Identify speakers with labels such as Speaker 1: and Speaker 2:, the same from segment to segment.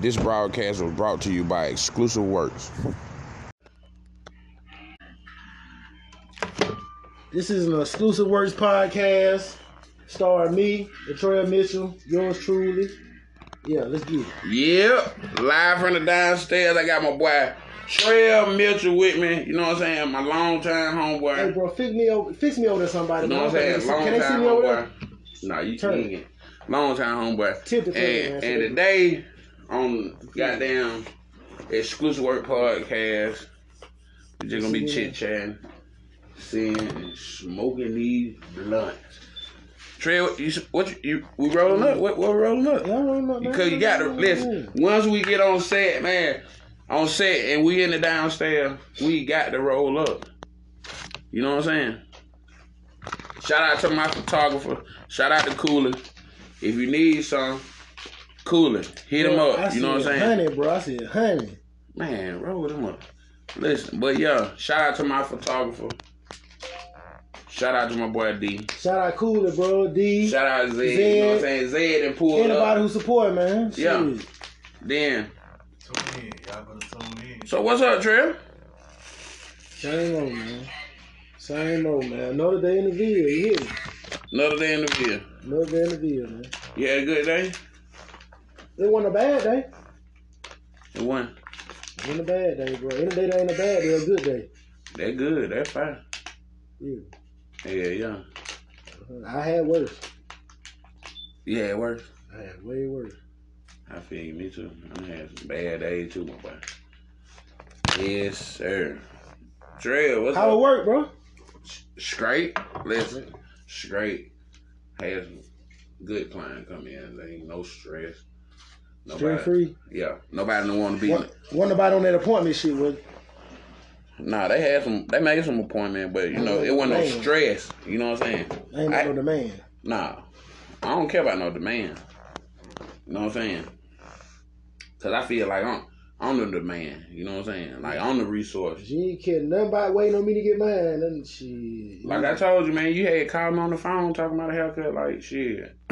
Speaker 1: This broadcast was brought to you by Exclusive Works.
Speaker 2: This is an exclusive works podcast. Starring me, Latoya Mitchell, yours truly. Yeah, let's get it.
Speaker 1: Yep, live from the downstairs. I got my boy Trail Mitchell with me. You know what I'm saying? My longtime
Speaker 2: Hey,
Speaker 1: homeboy.
Speaker 2: bro, fix me over, fix me over to somebody.
Speaker 1: You know what I'm
Speaker 2: bro.
Speaker 1: saying? Long
Speaker 2: Can they see
Speaker 1: time
Speaker 2: me over there?
Speaker 1: homeboy. Nah, you
Speaker 2: Turn it.
Speaker 1: can't. Long time homeboy.
Speaker 2: Tip it for me,
Speaker 1: and,
Speaker 2: man.
Speaker 1: and today on goddamn exclusive work podcast, we're just gonna be chit chatting, seeing and smoking these blunts. Trey, what you what you, you we rolling up? What what we rolling up?
Speaker 2: Yeah, I don't know, man.
Speaker 1: Because you got to listen. Once we get on set, man, on set, and we in the downstairs, we got to roll up. You know what I'm saying? Shout out to my photographer. Shout out to Cooler. If you need some, Cooler, hit him
Speaker 2: Bro,
Speaker 1: up.
Speaker 2: I
Speaker 1: you know what I'm
Speaker 2: said,
Speaker 1: saying?
Speaker 2: Honey, bro, I said honey.
Speaker 1: Man, roll them up. Listen, but yeah, shout out to my photographer. Shout out to my boy D.
Speaker 2: Shout out Cooler, bro. D.
Speaker 1: Shout out Zed. You know what I'm saying? Zed and pulled
Speaker 2: Anybody
Speaker 1: up.
Speaker 2: who support, man.
Speaker 1: Yeah.
Speaker 2: Shit.
Speaker 1: Then.
Speaker 3: Tune in. Y'all better tune in.
Speaker 1: So what's up, Trill?
Speaker 2: Same old man. Same old man. Another day in the video. You hear me?
Speaker 1: Another day in the field.
Speaker 2: Another day in the video, man.
Speaker 1: You had a good day?
Speaker 2: It wasn't a bad day.
Speaker 1: It wasn't.
Speaker 2: It wasn't a bad day, bro. Any day that ain't a bad day, a good day.
Speaker 1: That good. That fine.
Speaker 2: Yeah.
Speaker 1: Yeah, yeah.
Speaker 2: I had worse.
Speaker 1: Yeah, it works.
Speaker 2: I had way worse.
Speaker 1: I feel you. Me too. I had some bad days too, my boy. Yes, sir. Trill, what's
Speaker 2: How it
Speaker 1: up?
Speaker 2: work, bro?
Speaker 1: Straight. Listen, straight. Had some good client come in. They ain't no stress.
Speaker 2: Stress free.
Speaker 1: Yeah. Nobody don't want to be.
Speaker 2: One, one about on that appointment shit was.
Speaker 1: Nah, they had some. They made some appointment, but you
Speaker 2: Oh,
Speaker 1: know it wasn't no
Speaker 2: Man.
Speaker 1: stress. You know what I'm saying?
Speaker 2: Ain't
Speaker 1: I-
Speaker 2: no demand.
Speaker 1: Nah, I don't care about no demand. You know what I'm saying? Cause I feel like I'm I'm the demand. You know what I'm saying? Like I'm the resource.
Speaker 2: She ain't care nothing about waiting on me to get mine. Nothing shit.
Speaker 1: Like I told you, man, you had called me on the phone talking about a haircut. Like shit,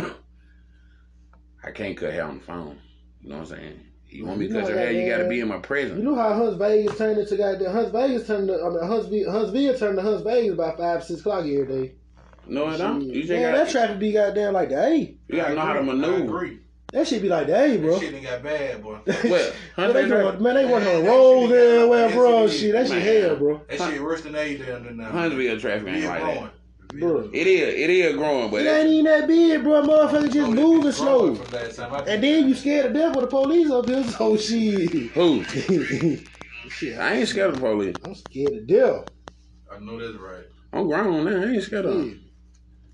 Speaker 1: I can't cut hair on the phone. You know what I'm saying? You want me to
Speaker 2: You
Speaker 1: cut
Speaker 2: know
Speaker 1: your hair? You
Speaker 2: that,
Speaker 1: gotta
Speaker 2: man.
Speaker 1: be in my
Speaker 2: you
Speaker 1: presence.
Speaker 2: know how Hunts Vegas turned into goddamn Hunts Vegas turned to I mean Huntsville Huntsville turned to Hunts Vegas by five six o'clock every day.
Speaker 1: No, it don't. You
Speaker 2: Shit.
Speaker 1: just
Speaker 2: Man, that
Speaker 1: got
Speaker 2: traffic be goddamn like the A.
Speaker 1: you gotta know how to
Speaker 3: I
Speaker 1: maneuver.
Speaker 3: agree.
Speaker 2: That shit be like the A, bro.
Speaker 3: That shit done got bad, boy.
Speaker 1: Well,
Speaker 2: Man, they,
Speaker 1: Huntsville,
Speaker 2: man, they working
Speaker 3: Man,
Speaker 2: on
Speaker 3: that
Speaker 2: roads
Speaker 3: shit be-
Speaker 2: everywhere,
Speaker 3: yes,
Speaker 2: bro.
Speaker 3: it is.
Speaker 2: Shit, that shit
Speaker 1: Man.
Speaker 2: hell, bro.
Speaker 3: That shit worse than they done done now.
Speaker 1: Huntsville traffic ain't
Speaker 3: Big
Speaker 1: like
Speaker 3: growing.
Speaker 1: that.
Speaker 2: Bro.
Speaker 1: It is, it is growing, but
Speaker 2: It
Speaker 1: that's-
Speaker 2: ain't even that big, bro. Motherfucker just
Speaker 4: Oh,
Speaker 3: Growing
Speaker 2: moving slow.
Speaker 3: From last time I
Speaker 2: And then you scared to death with the police up here, so shit.
Speaker 1: who?
Speaker 2: shit I-
Speaker 1: I ain't scared of the police.
Speaker 2: I'm scared to death.
Speaker 3: I know that's right.
Speaker 1: I'm grown now. I ain't scared of
Speaker 2: Yeah.
Speaker 1: them.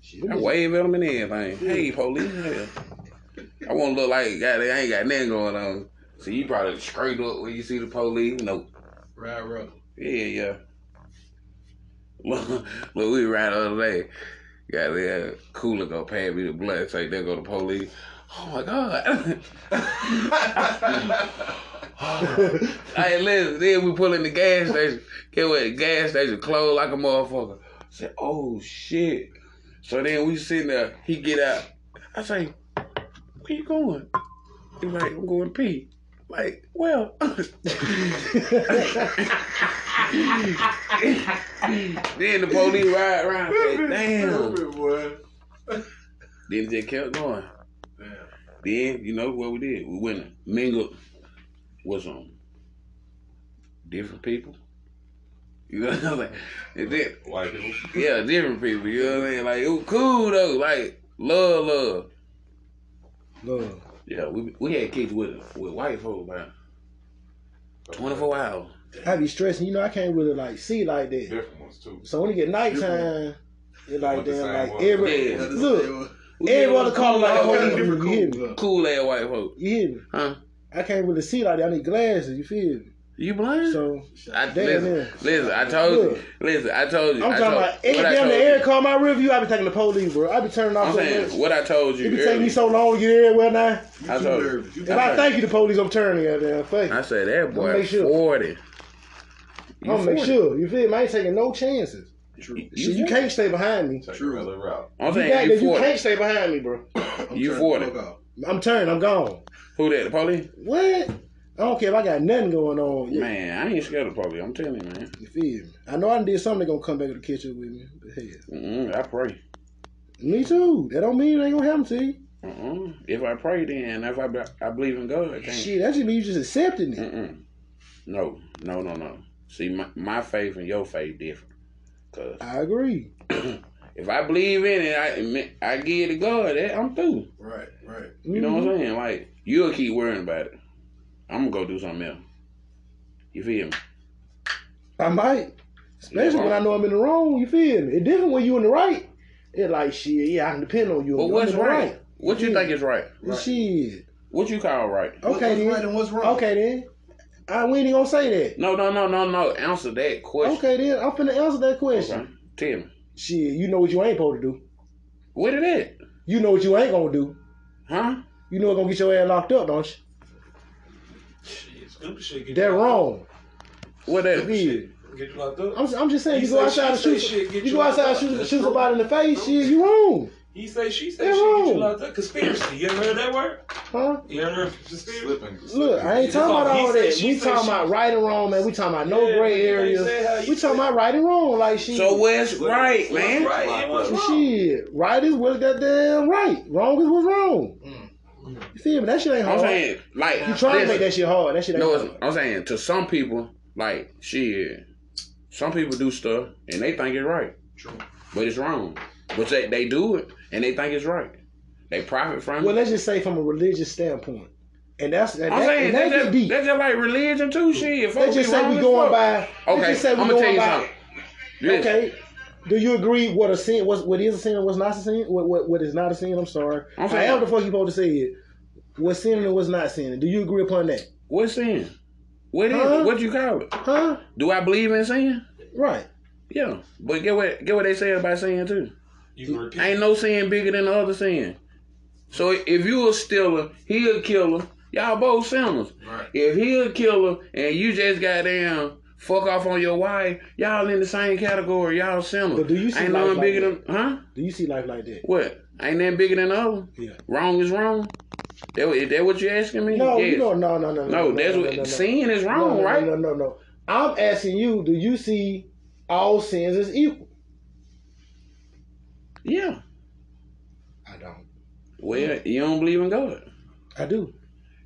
Speaker 2: Shit,
Speaker 1: I wave at them and everything. Hey, police. Hell. I want to look like God, I ain't got nothing going on. So you probably straight up when you see the police. No.
Speaker 3: Ride Rebel.
Speaker 1: Yeah, yeah. Look, we ran the other day. Got there. Cooler go pay me the blood. Say, there go the police. Oh, my God. Hey, listen, then we pull in the gas station. Get what? The gas station closed like a motherfucker. I said, oh shit. So then we sitting there, he get out. I say, where you going? He like, I'm going to pee. Like, well. then the police ride around and say, damn.
Speaker 3: Stupid, boy.
Speaker 1: Then they kept going.
Speaker 3: Damn.
Speaker 1: Then you know what we did? We went and mingled with some different people. You know what I'm saying? And then-
Speaker 3: White people.
Speaker 1: yeah, different people. You know what I'm saying? Like it was cool though. Like love, love.
Speaker 2: Lord.
Speaker 1: Yeah, we we had kids with with white folks about 24 hours.
Speaker 2: I be stressing, you know, I can't really like see like that.
Speaker 4: different ones too.
Speaker 2: So when it get nighttime, it like
Speaker 4: Want the
Speaker 2: damn,
Speaker 4: same
Speaker 2: like
Speaker 4: one.
Speaker 2: every
Speaker 1: Yeah.
Speaker 2: look,
Speaker 1: We
Speaker 2: every
Speaker 1: had
Speaker 2: other car like
Speaker 1: cool-
Speaker 2: hold on,
Speaker 3: kind of
Speaker 2: you
Speaker 3: different
Speaker 2: hear
Speaker 3: cool.
Speaker 2: me?
Speaker 1: cool ass white folks,
Speaker 2: You hear me?
Speaker 1: huh?
Speaker 2: I can't really see like that. I need glasses. You feel me?
Speaker 1: You blind?
Speaker 2: So
Speaker 1: I,
Speaker 2: Damn,
Speaker 1: listen,
Speaker 2: yeah.
Speaker 1: listen, I told you.
Speaker 2: Look.
Speaker 1: Lison, I told you.
Speaker 2: I'm
Speaker 1: I
Speaker 2: talking
Speaker 1: told-
Speaker 2: about every
Speaker 1: what I
Speaker 2: damn
Speaker 1: told
Speaker 2: the
Speaker 1: you.
Speaker 2: air car my review. I be taking the police, bro. I be turning off.
Speaker 1: I'm
Speaker 2: so
Speaker 1: saying
Speaker 2: much.
Speaker 1: what I told you.
Speaker 2: It be
Speaker 1: earlier.
Speaker 2: taking me so long to get everywhere now.
Speaker 3: You
Speaker 1: I told
Speaker 3: too
Speaker 1: you.
Speaker 3: nervous. You
Speaker 2: If I
Speaker 1: right.
Speaker 2: thank you, the police, I'm turning you damn face.
Speaker 1: I said that boy
Speaker 2: make sure.
Speaker 1: forty.
Speaker 2: I'm gonna make sure. You feel me? I ain't taking no chances.
Speaker 3: True.
Speaker 2: Shit, you
Speaker 1: forty.
Speaker 2: can't stay behind me.
Speaker 4: Take
Speaker 3: True.
Speaker 4: another route.
Speaker 1: I'm
Speaker 2: You, got
Speaker 1: saying
Speaker 2: that,
Speaker 1: you
Speaker 2: you
Speaker 1: forty.
Speaker 2: can't stay behind me, bro.
Speaker 1: You
Speaker 3: I'm trying to
Speaker 1: forty.
Speaker 3: fuck out.
Speaker 2: I'm turned. I'm gone.
Speaker 1: Who that? The police?
Speaker 2: What? I don't care if I got nothing going on. Yeah,
Speaker 1: Man, I ain't scared of the police. I'm telling you, man.
Speaker 2: You feel me? I know I done did something. They gonna come back to the kitchen with me. But hell,
Speaker 1: Mm-mm, I pray.
Speaker 2: me too. That don't mean it ain't gonna happen to you.
Speaker 1: Mm-mm. If I pray, then if I be- I believe in God, I can't.
Speaker 2: Shit, that just means you just accepting it.
Speaker 1: Mm-mm. No, no, no, no. See, my, my faith and your faith different. Cause
Speaker 2: I agree.
Speaker 1: if I believe in it, I I give it to God. That I'm through.
Speaker 3: Right, right.
Speaker 1: You know what
Speaker 2: Mhm.
Speaker 1: I'm saying? Like you'll keep worrying about it. I'm gonna go do something else. You feel me?
Speaker 2: I might. Especially when I know I'm in the wrong, you feel me? It's different when you in the right. It like shit, yeah, I can depend on you.
Speaker 1: But
Speaker 2: I'm
Speaker 1: what's
Speaker 2: in the
Speaker 1: right? What you
Speaker 2: Yeah.
Speaker 1: think is right?
Speaker 3: Right.
Speaker 2: Shit.
Speaker 1: What you call right?
Speaker 2: Okay
Speaker 3: What- what's
Speaker 2: then.
Speaker 3: right and what's wrong?
Speaker 2: Okay then. I we ain't even gonna say that.
Speaker 1: No, no, no, no, no. Answer that question.
Speaker 2: Okay then, I'm finna answer that question.
Speaker 1: Okay. Tell me.
Speaker 2: Shit, you know what you ain't supposed to do.
Speaker 1: What it is?
Speaker 2: You know what you ain't gonna do.
Speaker 1: Huh?
Speaker 2: You know it's gonna get your ass locked up, don't you?
Speaker 4: Shit, stupid shit. Get
Speaker 2: That
Speaker 4: you-
Speaker 2: wrong.
Speaker 1: What that is?
Speaker 2: Yeah.
Speaker 4: Get you locked up.
Speaker 2: I'm, I'm just saying,
Speaker 4: You
Speaker 2: you, go
Speaker 4: say
Speaker 2: outside and
Speaker 4: shit,
Speaker 2: shoot,
Speaker 4: say shit, get
Speaker 2: you
Speaker 4: you
Speaker 2: go outside and
Speaker 4: locked
Speaker 2: shoot,
Speaker 4: up.
Speaker 2: shoot somebody in the face, shit, you wrong,
Speaker 4: He say, she say,
Speaker 2: That
Speaker 4: she get you
Speaker 2: wrong.
Speaker 4: locked up. Conspiracy. You ever heard that word?
Speaker 2: huh?
Speaker 4: You ever heard of conspiracy?
Speaker 3: Slipping.
Speaker 2: Look, I ain't
Speaker 4: He
Speaker 2: talking about
Speaker 4: talk- he
Speaker 2: all
Speaker 4: say
Speaker 2: that.
Speaker 4: she
Speaker 2: We
Speaker 4: say
Speaker 2: talking
Speaker 4: she-
Speaker 2: about right and wrong, man. We talking about no
Speaker 4: Yeah, but
Speaker 2: gray
Speaker 4: you ain't
Speaker 2: areas.
Speaker 4: say how you
Speaker 2: We talking
Speaker 4: say-
Speaker 2: about right and wrong, like shit.
Speaker 1: So what's right,
Speaker 4: What's
Speaker 1: man?
Speaker 4: right and what's
Speaker 2: Well,
Speaker 4: wrong?
Speaker 2: Shit, right is what's goddamn right. Wrong is what's wrong.
Speaker 3: Mm.
Speaker 2: You feel me? That shit ain't
Speaker 1: I'm
Speaker 2: hard.
Speaker 1: saying, like,
Speaker 2: you trying to
Speaker 1: listen,
Speaker 2: make that shit hard. That shit ain't
Speaker 1: No,
Speaker 2: hard.
Speaker 1: it's, I'm saying to some people, like, shit, some people do stuff and they think it's right,
Speaker 3: True.
Speaker 1: but it's wrong. But they, they do it and they think it's right. They profit from
Speaker 2: Well,
Speaker 1: it.
Speaker 2: let's just say from a religious standpoint. And that's and
Speaker 1: I'm
Speaker 2: that,
Speaker 1: saying
Speaker 2: and that
Speaker 1: that's,
Speaker 2: get
Speaker 1: just,
Speaker 2: deep.
Speaker 1: that's just like religion too, shit.
Speaker 2: Let's just say we going by let's
Speaker 1: Okay,
Speaker 2: just say
Speaker 1: I'm gonna
Speaker 2: we
Speaker 1: tell
Speaker 2: going
Speaker 1: you
Speaker 2: by
Speaker 1: something. Listen,
Speaker 2: Okay. Do you agree what a sin what's what is a sin and what's not a sin? What what what is not a sin? I'm sorry.
Speaker 1: I'm
Speaker 2: I
Speaker 1: saying-
Speaker 2: am the fuck you supposed to say it. What's sin and what's not sin? Do you agree upon that?
Speaker 1: what sin? What is
Speaker 2: Huh?
Speaker 1: it? What you call it?
Speaker 2: Huh?
Speaker 1: Do I believe in sin?
Speaker 2: Right.
Speaker 1: Yeah, but get what get what they say about sin too.
Speaker 4: You can repeat.
Speaker 1: Ain't no sin bigger than the other sin. So if you a stealer, he a killer. Y'all both sinners.
Speaker 3: Right.
Speaker 1: If he a killer and you just got down, fuck off on your wife, y'all in the same category. Y'all sinners.
Speaker 2: But do you see
Speaker 1: Ain't
Speaker 2: life
Speaker 1: nothing
Speaker 2: like
Speaker 1: bigger than huh?
Speaker 2: Do you see life like that?
Speaker 1: What? Ain't nothing bigger than the other.
Speaker 2: Yeah.
Speaker 1: Wrong is wrong. That, is that what you asking me?
Speaker 2: No,
Speaker 1: Yes.
Speaker 2: you don't no no no no.
Speaker 1: No, that's what sin is
Speaker 2: No,
Speaker 1: wrong,
Speaker 2: no,
Speaker 1: right?
Speaker 2: No, no, no, no. I'm asking you, do you see all sins as equal?
Speaker 1: Yeah.
Speaker 2: I don't.
Speaker 1: Well, you don't believe in God.
Speaker 2: I do.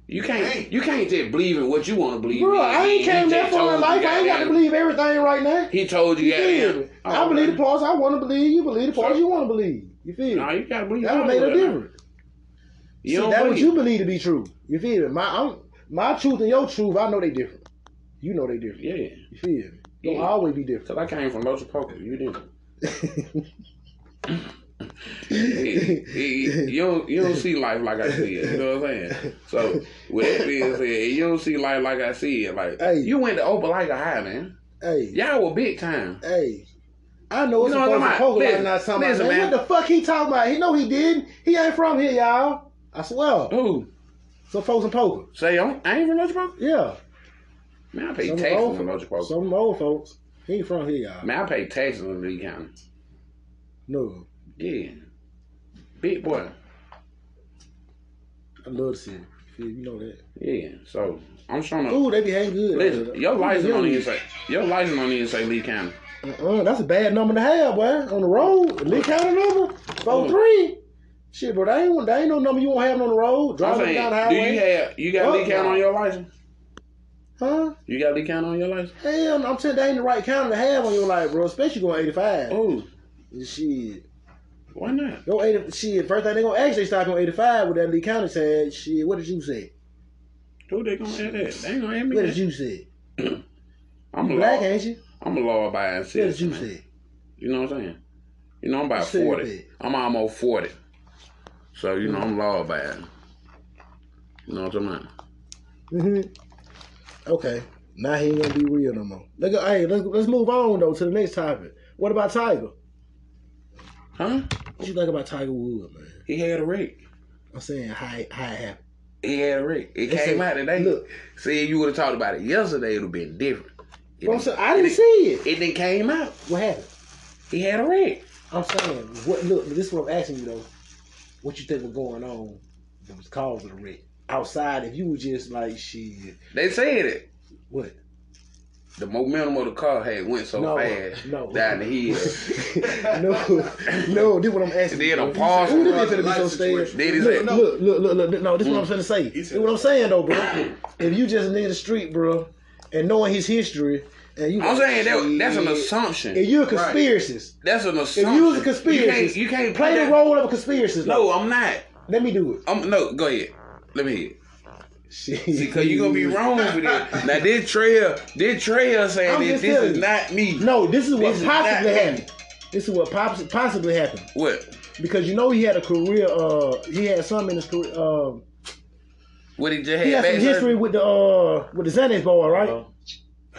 Speaker 1: You can't.
Speaker 3: Dang.
Speaker 1: You can't just believe in what you want to believe.
Speaker 2: Bro,
Speaker 1: in.
Speaker 2: I ain't
Speaker 1: He
Speaker 2: came
Speaker 1: just
Speaker 2: that far in
Speaker 1: told you
Speaker 2: life. I ain't got to
Speaker 1: goddamn-
Speaker 2: believe everything right now.
Speaker 1: He told you, Oh,
Speaker 2: You feel
Speaker 1: goddamn.
Speaker 2: me? I believe the
Speaker 1: Paul.
Speaker 2: parts I want to believe. You believe the parts
Speaker 1: So-
Speaker 2: you want to believe. You feel
Speaker 1: No,
Speaker 2: me?
Speaker 1: you gotta believe.
Speaker 2: That would
Speaker 1: all
Speaker 2: make
Speaker 1: of
Speaker 2: no
Speaker 1: it.
Speaker 2: difference.
Speaker 1: You
Speaker 2: See,
Speaker 1: don't
Speaker 2: that what
Speaker 1: believe.
Speaker 2: you believe to be true. You feel me? My I'm, my truth and your truth, I know they different. You know they different.
Speaker 1: Yeah,
Speaker 2: You feel me? They'll
Speaker 1: Yeah.
Speaker 2: always be different.
Speaker 1: because I came from Los Poker. You didn't. You- you you don't you don't see life like I see it. You know what I'm saying? So with that being said, you don't see life like I see it. Like
Speaker 2: Hey.
Speaker 1: you went to Opelika High, man.
Speaker 2: hey,
Speaker 1: Y'all were big time.
Speaker 2: hey. I know it's
Speaker 1: You know
Speaker 2: supposed
Speaker 1: what
Speaker 2: to
Speaker 1: I'm
Speaker 2: poke
Speaker 1: talking
Speaker 2: out
Speaker 1: about?
Speaker 2: not somebody.
Speaker 1: Listen,
Speaker 2: man,
Speaker 1: man.
Speaker 2: What the fuck he talking about? He know he did. He ain't from here, y'all. I swear.
Speaker 1: Who
Speaker 2: Some folks in poker.
Speaker 1: say I'm, I ain't from Los Poker?
Speaker 2: Yeah.
Speaker 1: Man, I pay
Speaker 2: Some
Speaker 1: taxes
Speaker 2: old,
Speaker 1: in Los
Speaker 2: folks.
Speaker 1: Poker.
Speaker 2: Some old folks. He ain't from here, y'all.
Speaker 1: Man, I pay taxes in Lee County.
Speaker 2: No.
Speaker 1: Yeah, big boy.
Speaker 2: I love the city. Yeah, you know that.
Speaker 1: Yeah. So I'm trying to.
Speaker 2: Ooh, they be hanging good.
Speaker 1: Listen, your
Speaker 2: Ooh,
Speaker 1: license
Speaker 2: yeah.
Speaker 1: don't even say your license don't even say Lee County.
Speaker 2: Uh-uh, that's a bad number to have, boy. On the road, Lee County number four
Speaker 1: Mm.
Speaker 2: three. Shit, bro, that ain't that ain't no number you won't have on the road.
Speaker 1: I'm
Speaker 2: Driving
Speaker 1: saying,
Speaker 2: down the
Speaker 1: do
Speaker 2: highway,
Speaker 1: you have you got Lee
Speaker 2: Fuck
Speaker 1: County
Speaker 2: no.
Speaker 1: on your license?
Speaker 2: huh?
Speaker 1: You got Lee County on your license?
Speaker 2: Hell, no, I'm telling you, that ain't the right county to have on your life, bro. Especially going 85.
Speaker 1: Oh,
Speaker 2: Shit,
Speaker 1: why not?
Speaker 2: go 80. Shit, first thing they gonna ask, they start on 85 with that Lee County tag. Shit, what did you say?
Speaker 1: Who they gonna add that? They ain't gonna add me.
Speaker 2: What did
Speaker 1: That.
Speaker 2: you say?
Speaker 1: I'm a
Speaker 2: Black,
Speaker 1: law.
Speaker 2: ain't you?
Speaker 1: I'm a law abiding
Speaker 2: What did
Speaker 1: citizen.
Speaker 2: you
Speaker 1: man.
Speaker 2: say?
Speaker 1: You know what I'm saying? You know I'm about
Speaker 2: Say
Speaker 1: forty.
Speaker 2: that.
Speaker 1: I'm almost forty. So you know I'm law abiding. You know what I'm saying?
Speaker 2: hmm Okay. Now he ain't gonna be real no more. Look, at- hey, let's let's move on though to the next topic. What about Tiger?
Speaker 1: Huh?
Speaker 2: What you think about Tiger Woods, man?
Speaker 1: He had a wreck.
Speaker 2: I'm saying how it- how it happened.
Speaker 1: He had a wreck. It
Speaker 2: They
Speaker 1: came
Speaker 2: say-
Speaker 1: out today.
Speaker 2: look.
Speaker 1: See, if you would have talked about it yesterday, it would have been different. It
Speaker 2: But I'm
Speaker 1: didn't-
Speaker 2: saying I
Speaker 1: it
Speaker 2: didn't see it.
Speaker 1: It didn't came out.
Speaker 2: What happened?
Speaker 1: He had a wreck.
Speaker 2: I'm saying what? Look, this is what I'm asking you though. What you think was going on that was causing the wreck. Outside, if you were just like shit,
Speaker 1: They said it.
Speaker 2: what?
Speaker 1: The momentum of the car had went so
Speaker 2: no,
Speaker 1: fast
Speaker 2: no,
Speaker 1: down the hill.
Speaker 2: no, no. This what I'm
Speaker 1: And
Speaker 2: asking.
Speaker 1: then
Speaker 2: bro.
Speaker 1: a pause
Speaker 2: Who
Speaker 1: for
Speaker 2: the
Speaker 1: other
Speaker 2: bitch that be so
Speaker 3: life
Speaker 2: scared?
Speaker 3: situation.
Speaker 1: Then he
Speaker 2: Look,
Speaker 1: said,
Speaker 2: look, look, look, look, no, this is what I'm trying to say.
Speaker 3: He
Speaker 2: This
Speaker 3: said-
Speaker 2: what I'm saying though, bro. if you just nigga the street, bro, and knowing his history, and you,
Speaker 1: I'm
Speaker 2: like,
Speaker 1: saying that, that's an
Speaker 2: shit. If
Speaker 1: assumption.
Speaker 2: you're a
Speaker 3: Right.
Speaker 2: conspiracist,
Speaker 1: That's an assumption.
Speaker 2: if you was a
Speaker 1: You can't,
Speaker 2: conspiracist,
Speaker 1: you can't
Speaker 2: play the
Speaker 1: that-
Speaker 2: role of a conspiracist.
Speaker 1: No, I'm not.
Speaker 2: let me do it.
Speaker 1: I'm no. Go ahead. Let me hear.
Speaker 2: Shit.
Speaker 1: Because you're gonna be wrong with it. Now this trail, this trail saying
Speaker 2: I'm
Speaker 1: this,
Speaker 2: just
Speaker 1: this
Speaker 2: telling
Speaker 1: is
Speaker 2: you.
Speaker 1: not me.
Speaker 2: No, this is what
Speaker 1: This is not
Speaker 2: possibly
Speaker 1: me.
Speaker 2: happened. This is what pops, possibly happened
Speaker 1: What?
Speaker 2: because you know he had a career. Uh, he had some in his career. Uh,
Speaker 1: What did you
Speaker 2: he
Speaker 1: have
Speaker 2: had some
Speaker 1: back
Speaker 2: history
Speaker 1: surgery?
Speaker 2: with the uh with the Xanax boy, right?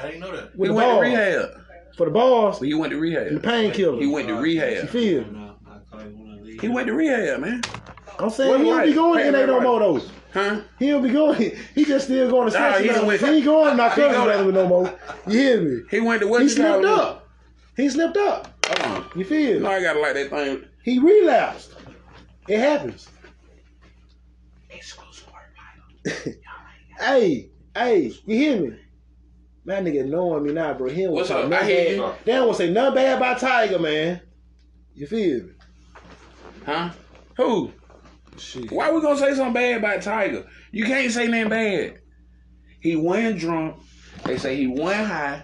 Speaker 3: I didn't know that.
Speaker 1: He
Speaker 2: With the
Speaker 1: went to
Speaker 2: balls
Speaker 1: rehab.
Speaker 2: for the balls
Speaker 1: But He went to
Speaker 2: and the
Speaker 1: rehab.
Speaker 2: painkiller.
Speaker 1: He went to
Speaker 2: You
Speaker 1: rehab.
Speaker 2: feel? me?
Speaker 1: He went to rehab, man.
Speaker 2: I'm saying
Speaker 1: What
Speaker 2: he don't
Speaker 1: right?
Speaker 2: be going in
Speaker 1: Right,
Speaker 2: there no
Speaker 1: right,
Speaker 2: more though.
Speaker 1: Huh?
Speaker 2: He don't be going. He just still going to
Speaker 1: Nah,
Speaker 2: sex.
Speaker 1: he done went-
Speaker 2: he ain't going not
Speaker 1: He
Speaker 2: cousin
Speaker 1: go-
Speaker 2: brother no more. You hear me?
Speaker 1: He went to what?
Speaker 2: He
Speaker 1: you call
Speaker 2: slipped
Speaker 1: it?
Speaker 2: up. He slipped up.
Speaker 1: Hold on.
Speaker 2: You feel?
Speaker 1: You know
Speaker 2: me?
Speaker 1: I gotta like that thing.
Speaker 2: He relapsed. It happens. hey, hey, you hear me? My nigga knowing me now, bro. He don't
Speaker 1: What's
Speaker 2: say
Speaker 1: up?
Speaker 2: nothing
Speaker 1: I hear you.
Speaker 2: bad. They don't say nothing bad about Tiger, man. You feel me?
Speaker 1: Huh? Who?
Speaker 2: Shit.
Speaker 1: Why we gonna say something bad about Tiger? You can't say nothing bad. He went drunk. They say he went high.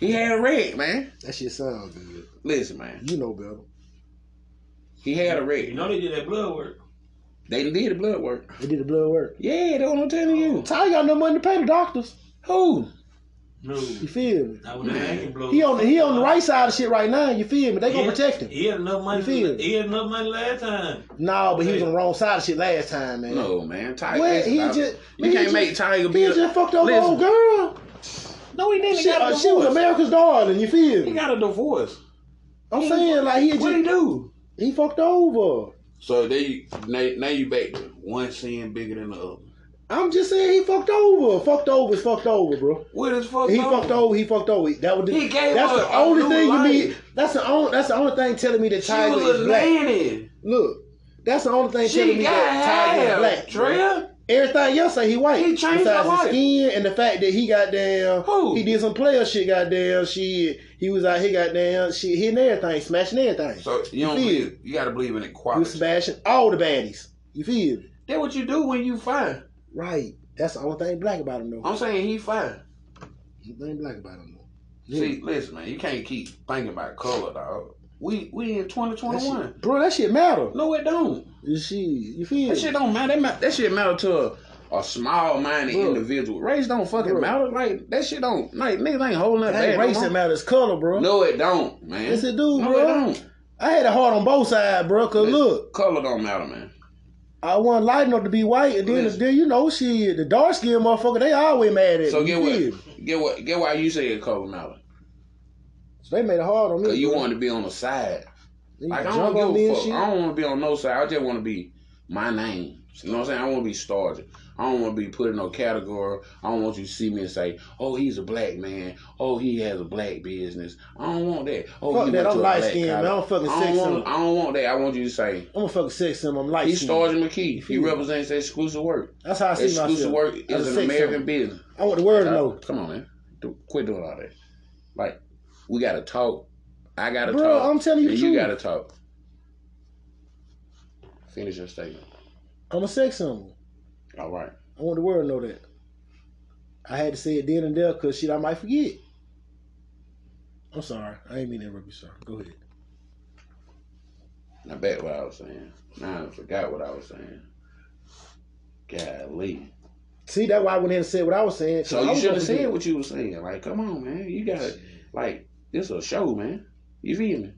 Speaker 1: He had red, man.
Speaker 2: That shit sound good.
Speaker 1: Listen, man.
Speaker 2: You know better.
Speaker 1: He had a
Speaker 4: You
Speaker 1: red.
Speaker 4: know they did that blood work.
Speaker 1: They did the blood work.
Speaker 2: They did the blood work.
Speaker 1: Yeah, that's what I'm telling you.
Speaker 2: Tiger got no money to pay the doctors.
Speaker 1: Who?
Speaker 4: No.
Speaker 2: You feel me?
Speaker 4: Not when they hanging blood.
Speaker 2: He on the he on the right side of shit right now. You feel me? They gonna
Speaker 4: He-
Speaker 2: protect him.
Speaker 4: He had enough money.
Speaker 2: You feel me?
Speaker 4: He had enough money last time.
Speaker 2: No, but he was on the wrong side of shit last time, man.
Speaker 1: No, man. Tiger.
Speaker 2: What?
Speaker 1: that's
Speaker 2: He
Speaker 1: about-
Speaker 2: just
Speaker 1: you
Speaker 2: man,
Speaker 1: can't
Speaker 2: he
Speaker 1: make
Speaker 2: just-
Speaker 1: Tiger be.
Speaker 2: He
Speaker 1: a-
Speaker 2: just fucked over
Speaker 1: Listen.
Speaker 2: old girl.
Speaker 1: No, he didn't.
Speaker 2: She, uh, she was America's darling. You feel
Speaker 1: He
Speaker 2: me?
Speaker 1: got a divorce.
Speaker 2: I'm saying like he
Speaker 1: What he
Speaker 2: just
Speaker 1: do?
Speaker 2: he fucked over.
Speaker 1: So they now, now you back to one sin bigger than the other.
Speaker 2: I'm just saying he fucked over. Fucked over is fucked over, bro.
Speaker 1: What is fucked
Speaker 2: He
Speaker 1: up?
Speaker 2: fucked over. He fucked over. That was the,
Speaker 1: He gave
Speaker 2: that's
Speaker 1: her
Speaker 2: the
Speaker 1: a
Speaker 2: only
Speaker 1: new
Speaker 2: thing you need.
Speaker 1: life.
Speaker 2: That's the only that's the only thing telling me that
Speaker 1: She
Speaker 2: Tiger
Speaker 1: was a
Speaker 2: is black.
Speaker 1: nanny.
Speaker 2: Look, that's the only thing telling
Speaker 1: She
Speaker 2: me
Speaker 1: got
Speaker 2: that Tiger is
Speaker 1: hair.
Speaker 2: black. bro.
Speaker 1: Drea.
Speaker 2: Everything else say he white.
Speaker 1: He changed
Speaker 2: Besides
Speaker 1: her life.
Speaker 2: his skin and the fact that he got down.
Speaker 1: Who?
Speaker 2: He did some player shit. Goddamn, shit. He was out here. Goddamn, shit. Hitting everything, smashing everything.
Speaker 1: So you don't
Speaker 2: feel me?
Speaker 1: believe, you gotta believe in
Speaker 2: you
Speaker 1: equality.
Speaker 2: smashing all the baddies. You feel me?
Speaker 1: That's what you do when you fine.
Speaker 2: Right. That's the only thing black about him, though.
Speaker 1: I'm saying he fine.
Speaker 2: Ain't black about him, though.
Speaker 1: See, listen, man, you can't keep thinking about color, dog. We we in
Speaker 2: That
Speaker 1: 2021.
Speaker 2: shit, bro, that shit matter.
Speaker 1: No, it don't.
Speaker 2: You see, you feel
Speaker 1: That shit
Speaker 2: me?
Speaker 1: don't matter. That, ma- that shit matter to a, a small minded
Speaker 2: Look.
Speaker 1: individual. Race don't fucking
Speaker 2: Look.
Speaker 1: matter. Like that shit don't. Like niggas ain't holding up
Speaker 2: That ain't
Speaker 1: bad.
Speaker 2: race
Speaker 1: no,
Speaker 2: that
Speaker 1: more.
Speaker 2: matters, color, bro.
Speaker 1: no, it don't, man.
Speaker 2: Yes, it do,
Speaker 1: no,
Speaker 2: bro.
Speaker 1: it don't.
Speaker 2: I had a heart on both sides, bro. Cause
Speaker 1: Listen,
Speaker 2: look,
Speaker 1: color don't matter, man.
Speaker 2: I wasn't light enough to be white, and then,
Speaker 1: Listen.
Speaker 2: then you know, shit, the dark skinned motherfucker, they always mad at
Speaker 1: So
Speaker 2: me.
Speaker 1: get
Speaker 2: you feel me?
Speaker 1: what, get what, get why you said color matter.
Speaker 2: So they made it hard on me.
Speaker 1: Cause you
Speaker 2: bro.
Speaker 1: wanted to be on the side.
Speaker 2: They
Speaker 1: Like I
Speaker 2: jump
Speaker 1: don't give
Speaker 2: on me
Speaker 1: a
Speaker 2: and
Speaker 1: fuck. I don't want to be on no side. I just want to be my name. You know what I'm saying? I want to be started. I don't want to be put in no category. I don't want you to see me and say, "Oh, he's a black man. Oh, he has a black business." I don't want that. Oh,
Speaker 2: Fuck
Speaker 1: he
Speaker 2: that.
Speaker 1: went
Speaker 2: I'm
Speaker 1: to a
Speaker 2: light
Speaker 1: black
Speaker 2: skinned, man. I
Speaker 1: college.
Speaker 2: don't fucking
Speaker 1: I don't,
Speaker 2: sex him.
Speaker 1: want, I don't want that. I want you to say
Speaker 2: I'm a fucking sex him. I'm light
Speaker 1: he's
Speaker 2: skinned.
Speaker 1: Sergeant McKee. He represents exclusive work.
Speaker 2: That's how I see
Speaker 1: Exclusive
Speaker 2: myself.
Speaker 1: work
Speaker 2: I'm a
Speaker 1: is an
Speaker 2: sex
Speaker 1: American
Speaker 2: symbol.
Speaker 1: business.
Speaker 2: I want the world to
Speaker 1: Stop.
Speaker 2: know.
Speaker 1: Come on, man. Do- Quit doing all that. Like, we gotta talk. I gotta
Speaker 2: Bro,
Speaker 1: talk.
Speaker 2: I'm telling you
Speaker 1: and
Speaker 2: the
Speaker 1: you
Speaker 2: truth.
Speaker 1: gotta talk. Finish your statement.
Speaker 2: I'm a sex symbol.
Speaker 1: All right.
Speaker 2: I want the world to know that. I had to say it then and there because shit, I might forget. I'm sorry. I ain't mean to interrupt you, sir. Go ahead.
Speaker 1: I bet what I was saying. Now I forgot what I was saying. Golly.
Speaker 2: See, that's why I went in and said what I was saying. 'cause
Speaker 1: So
Speaker 2: I
Speaker 1: you
Speaker 2: was
Speaker 1: should have
Speaker 2: gonna
Speaker 1: said
Speaker 2: do-
Speaker 1: what you were saying. Like, come on, man. You gotta like this a show, man. You feel me?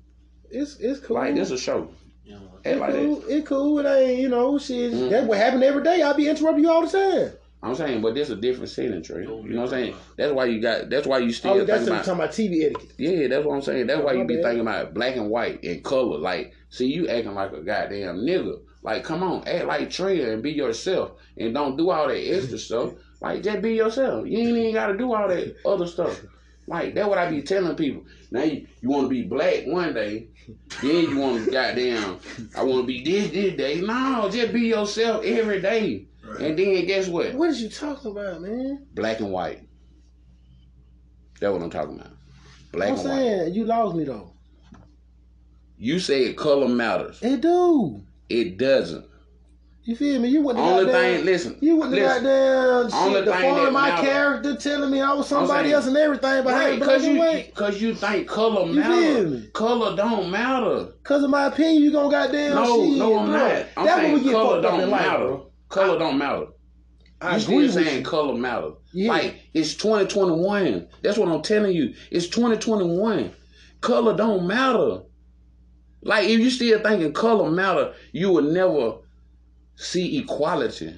Speaker 2: It's it's cool.
Speaker 1: Like this a show.
Speaker 4: You know,
Speaker 1: Act
Speaker 2: It
Speaker 1: like that.
Speaker 2: cool. It cool. It ain't you know shit.
Speaker 1: Mm.
Speaker 2: That's what happened every day. I be interrupting you all the time.
Speaker 1: I'm saying, but this a different setting, Trey. You know what I'm saying? That's why you got. That's why you still
Speaker 2: Oh,
Speaker 1: think
Speaker 2: that's what
Speaker 1: about.
Speaker 2: I'm talking about TV etiquette.
Speaker 1: Yeah, that's what I'm saying. That's why
Speaker 2: My
Speaker 1: you be
Speaker 2: bad.
Speaker 1: thinking about black and white and color. Like, see, you acting like a goddamn nigga. Like, come on, act like Trey and be yourself, and don't do all that extra stuff. Like, just be yourself. You ain't even gotta do all that other stuff. Like that's what I be telling people. Now you, you want to be black one day, then you want to goddamn. I want to be this this day. No, just be yourself every day. And then guess what?
Speaker 2: What is you talking about, man?
Speaker 1: Black and white. That's what I'm talking about. Black
Speaker 2: I'm
Speaker 1: and white.
Speaker 2: saying you lost me though.
Speaker 1: You say color matters.
Speaker 2: It do.
Speaker 1: It doesn't.
Speaker 2: You feel me? You went the
Speaker 1: Only
Speaker 2: goddamn-
Speaker 1: thing, listen.
Speaker 2: You went the
Speaker 1: listen.
Speaker 2: goddamn
Speaker 1: Only
Speaker 2: shit, the
Speaker 1: thing
Speaker 2: form
Speaker 1: that
Speaker 2: of my
Speaker 1: matter-
Speaker 2: character telling me I was somebody
Speaker 1: saying-
Speaker 2: else and everything
Speaker 1: Right,
Speaker 2: behind
Speaker 1: cause
Speaker 2: black and
Speaker 1: you,
Speaker 2: white.
Speaker 1: cause you think color
Speaker 2: You feel
Speaker 1: matter.
Speaker 2: me?
Speaker 1: Color don't matter.
Speaker 2: Cause of my opinion, you gonna goddamn
Speaker 1: No,
Speaker 2: shit.
Speaker 1: no, I'm
Speaker 2: bro.
Speaker 1: not. I'm
Speaker 2: That's
Speaker 1: saying
Speaker 2: what we get
Speaker 1: color
Speaker 2: fucked up
Speaker 1: don't
Speaker 2: in life,
Speaker 1: matter.
Speaker 2: bro.
Speaker 1: Color don't matter. you
Speaker 2: I agree
Speaker 1: still
Speaker 2: with
Speaker 1: saying
Speaker 2: you.
Speaker 1: color matter.
Speaker 2: Yeah.
Speaker 1: Like it's 2021. That's what I'm telling you. It's 2021. Color don't matter. Like if you still thinking color matter, you will never see equality.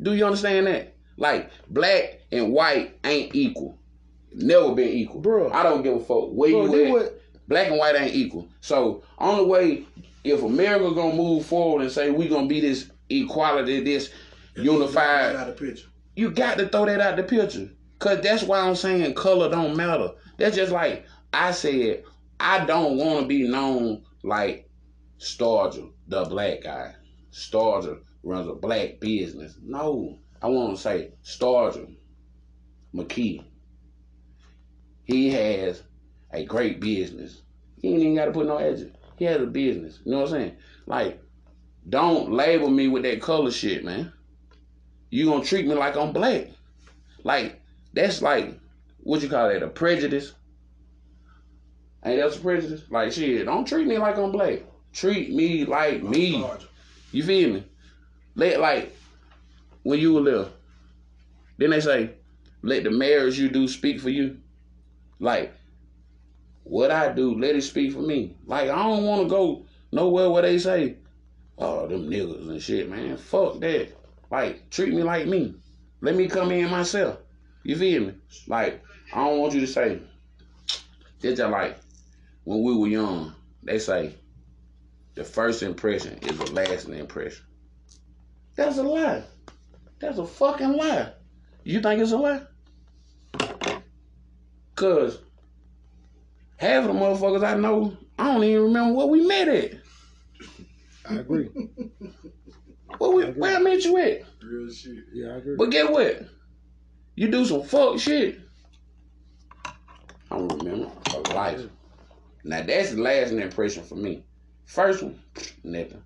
Speaker 1: Do you understand that? Like black and white ain't equal. Never been equal.
Speaker 2: Bruh.
Speaker 1: I don't give a fuck where
Speaker 2: Bro,
Speaker 1: you
Speaker 2: they
Speaker 1: at.
Speaker 2: would-
Speaker 1: Black and white ain't equal. So only way if America gonna move forward and say we gonna be this equality, this unified
Speaker 3: Out of picture.
Speaker 1: you got to throw that out the picture. Cause that's why I'm saying color don't matter. That's just like I said, I don't wanna be known like Starger, the black guy. Starger runs a black business. No. I wanna say Starger McKee. He has a great business. He ain't even gotta put no edges. He has a business. You know what I'm saying? Like, don't label me with that color shit, man you gonna treat me like I'm black. Like that's like what you call that a prejudice. Ain't that's a prejudice? Like shit, don't treat me like I'm black. Treat me like me.
Speaker 3: Larger.
Speaker 1: You feel me? Let like when you were little. Then they say, let the marriage you do speak for you. Like, what I do, let it speak for me. Like I don't wanna go nowhere where they say, Oh, them niggas and shit, man. Fuck that. Like, treat me like me. Let me come in myself. You feel me? Like, I don't want you to say, it's just like when we were young, they say, the first impression is the lasting impression. That's a lie. That's a fucking lie. You think it's a lie? Cause half of the motherfuckers I know, I don't even remember what we met at.
Speaker 2: I agree.
Speaker 1: Where, we, where I met you at.
Speaker 3: Real shit.
Speaker 2: Yeah, I agree.
Speaker 1: But get what? You do some fuck shit. I don't remember for life. Now that's the last impression for me. First one, nothing.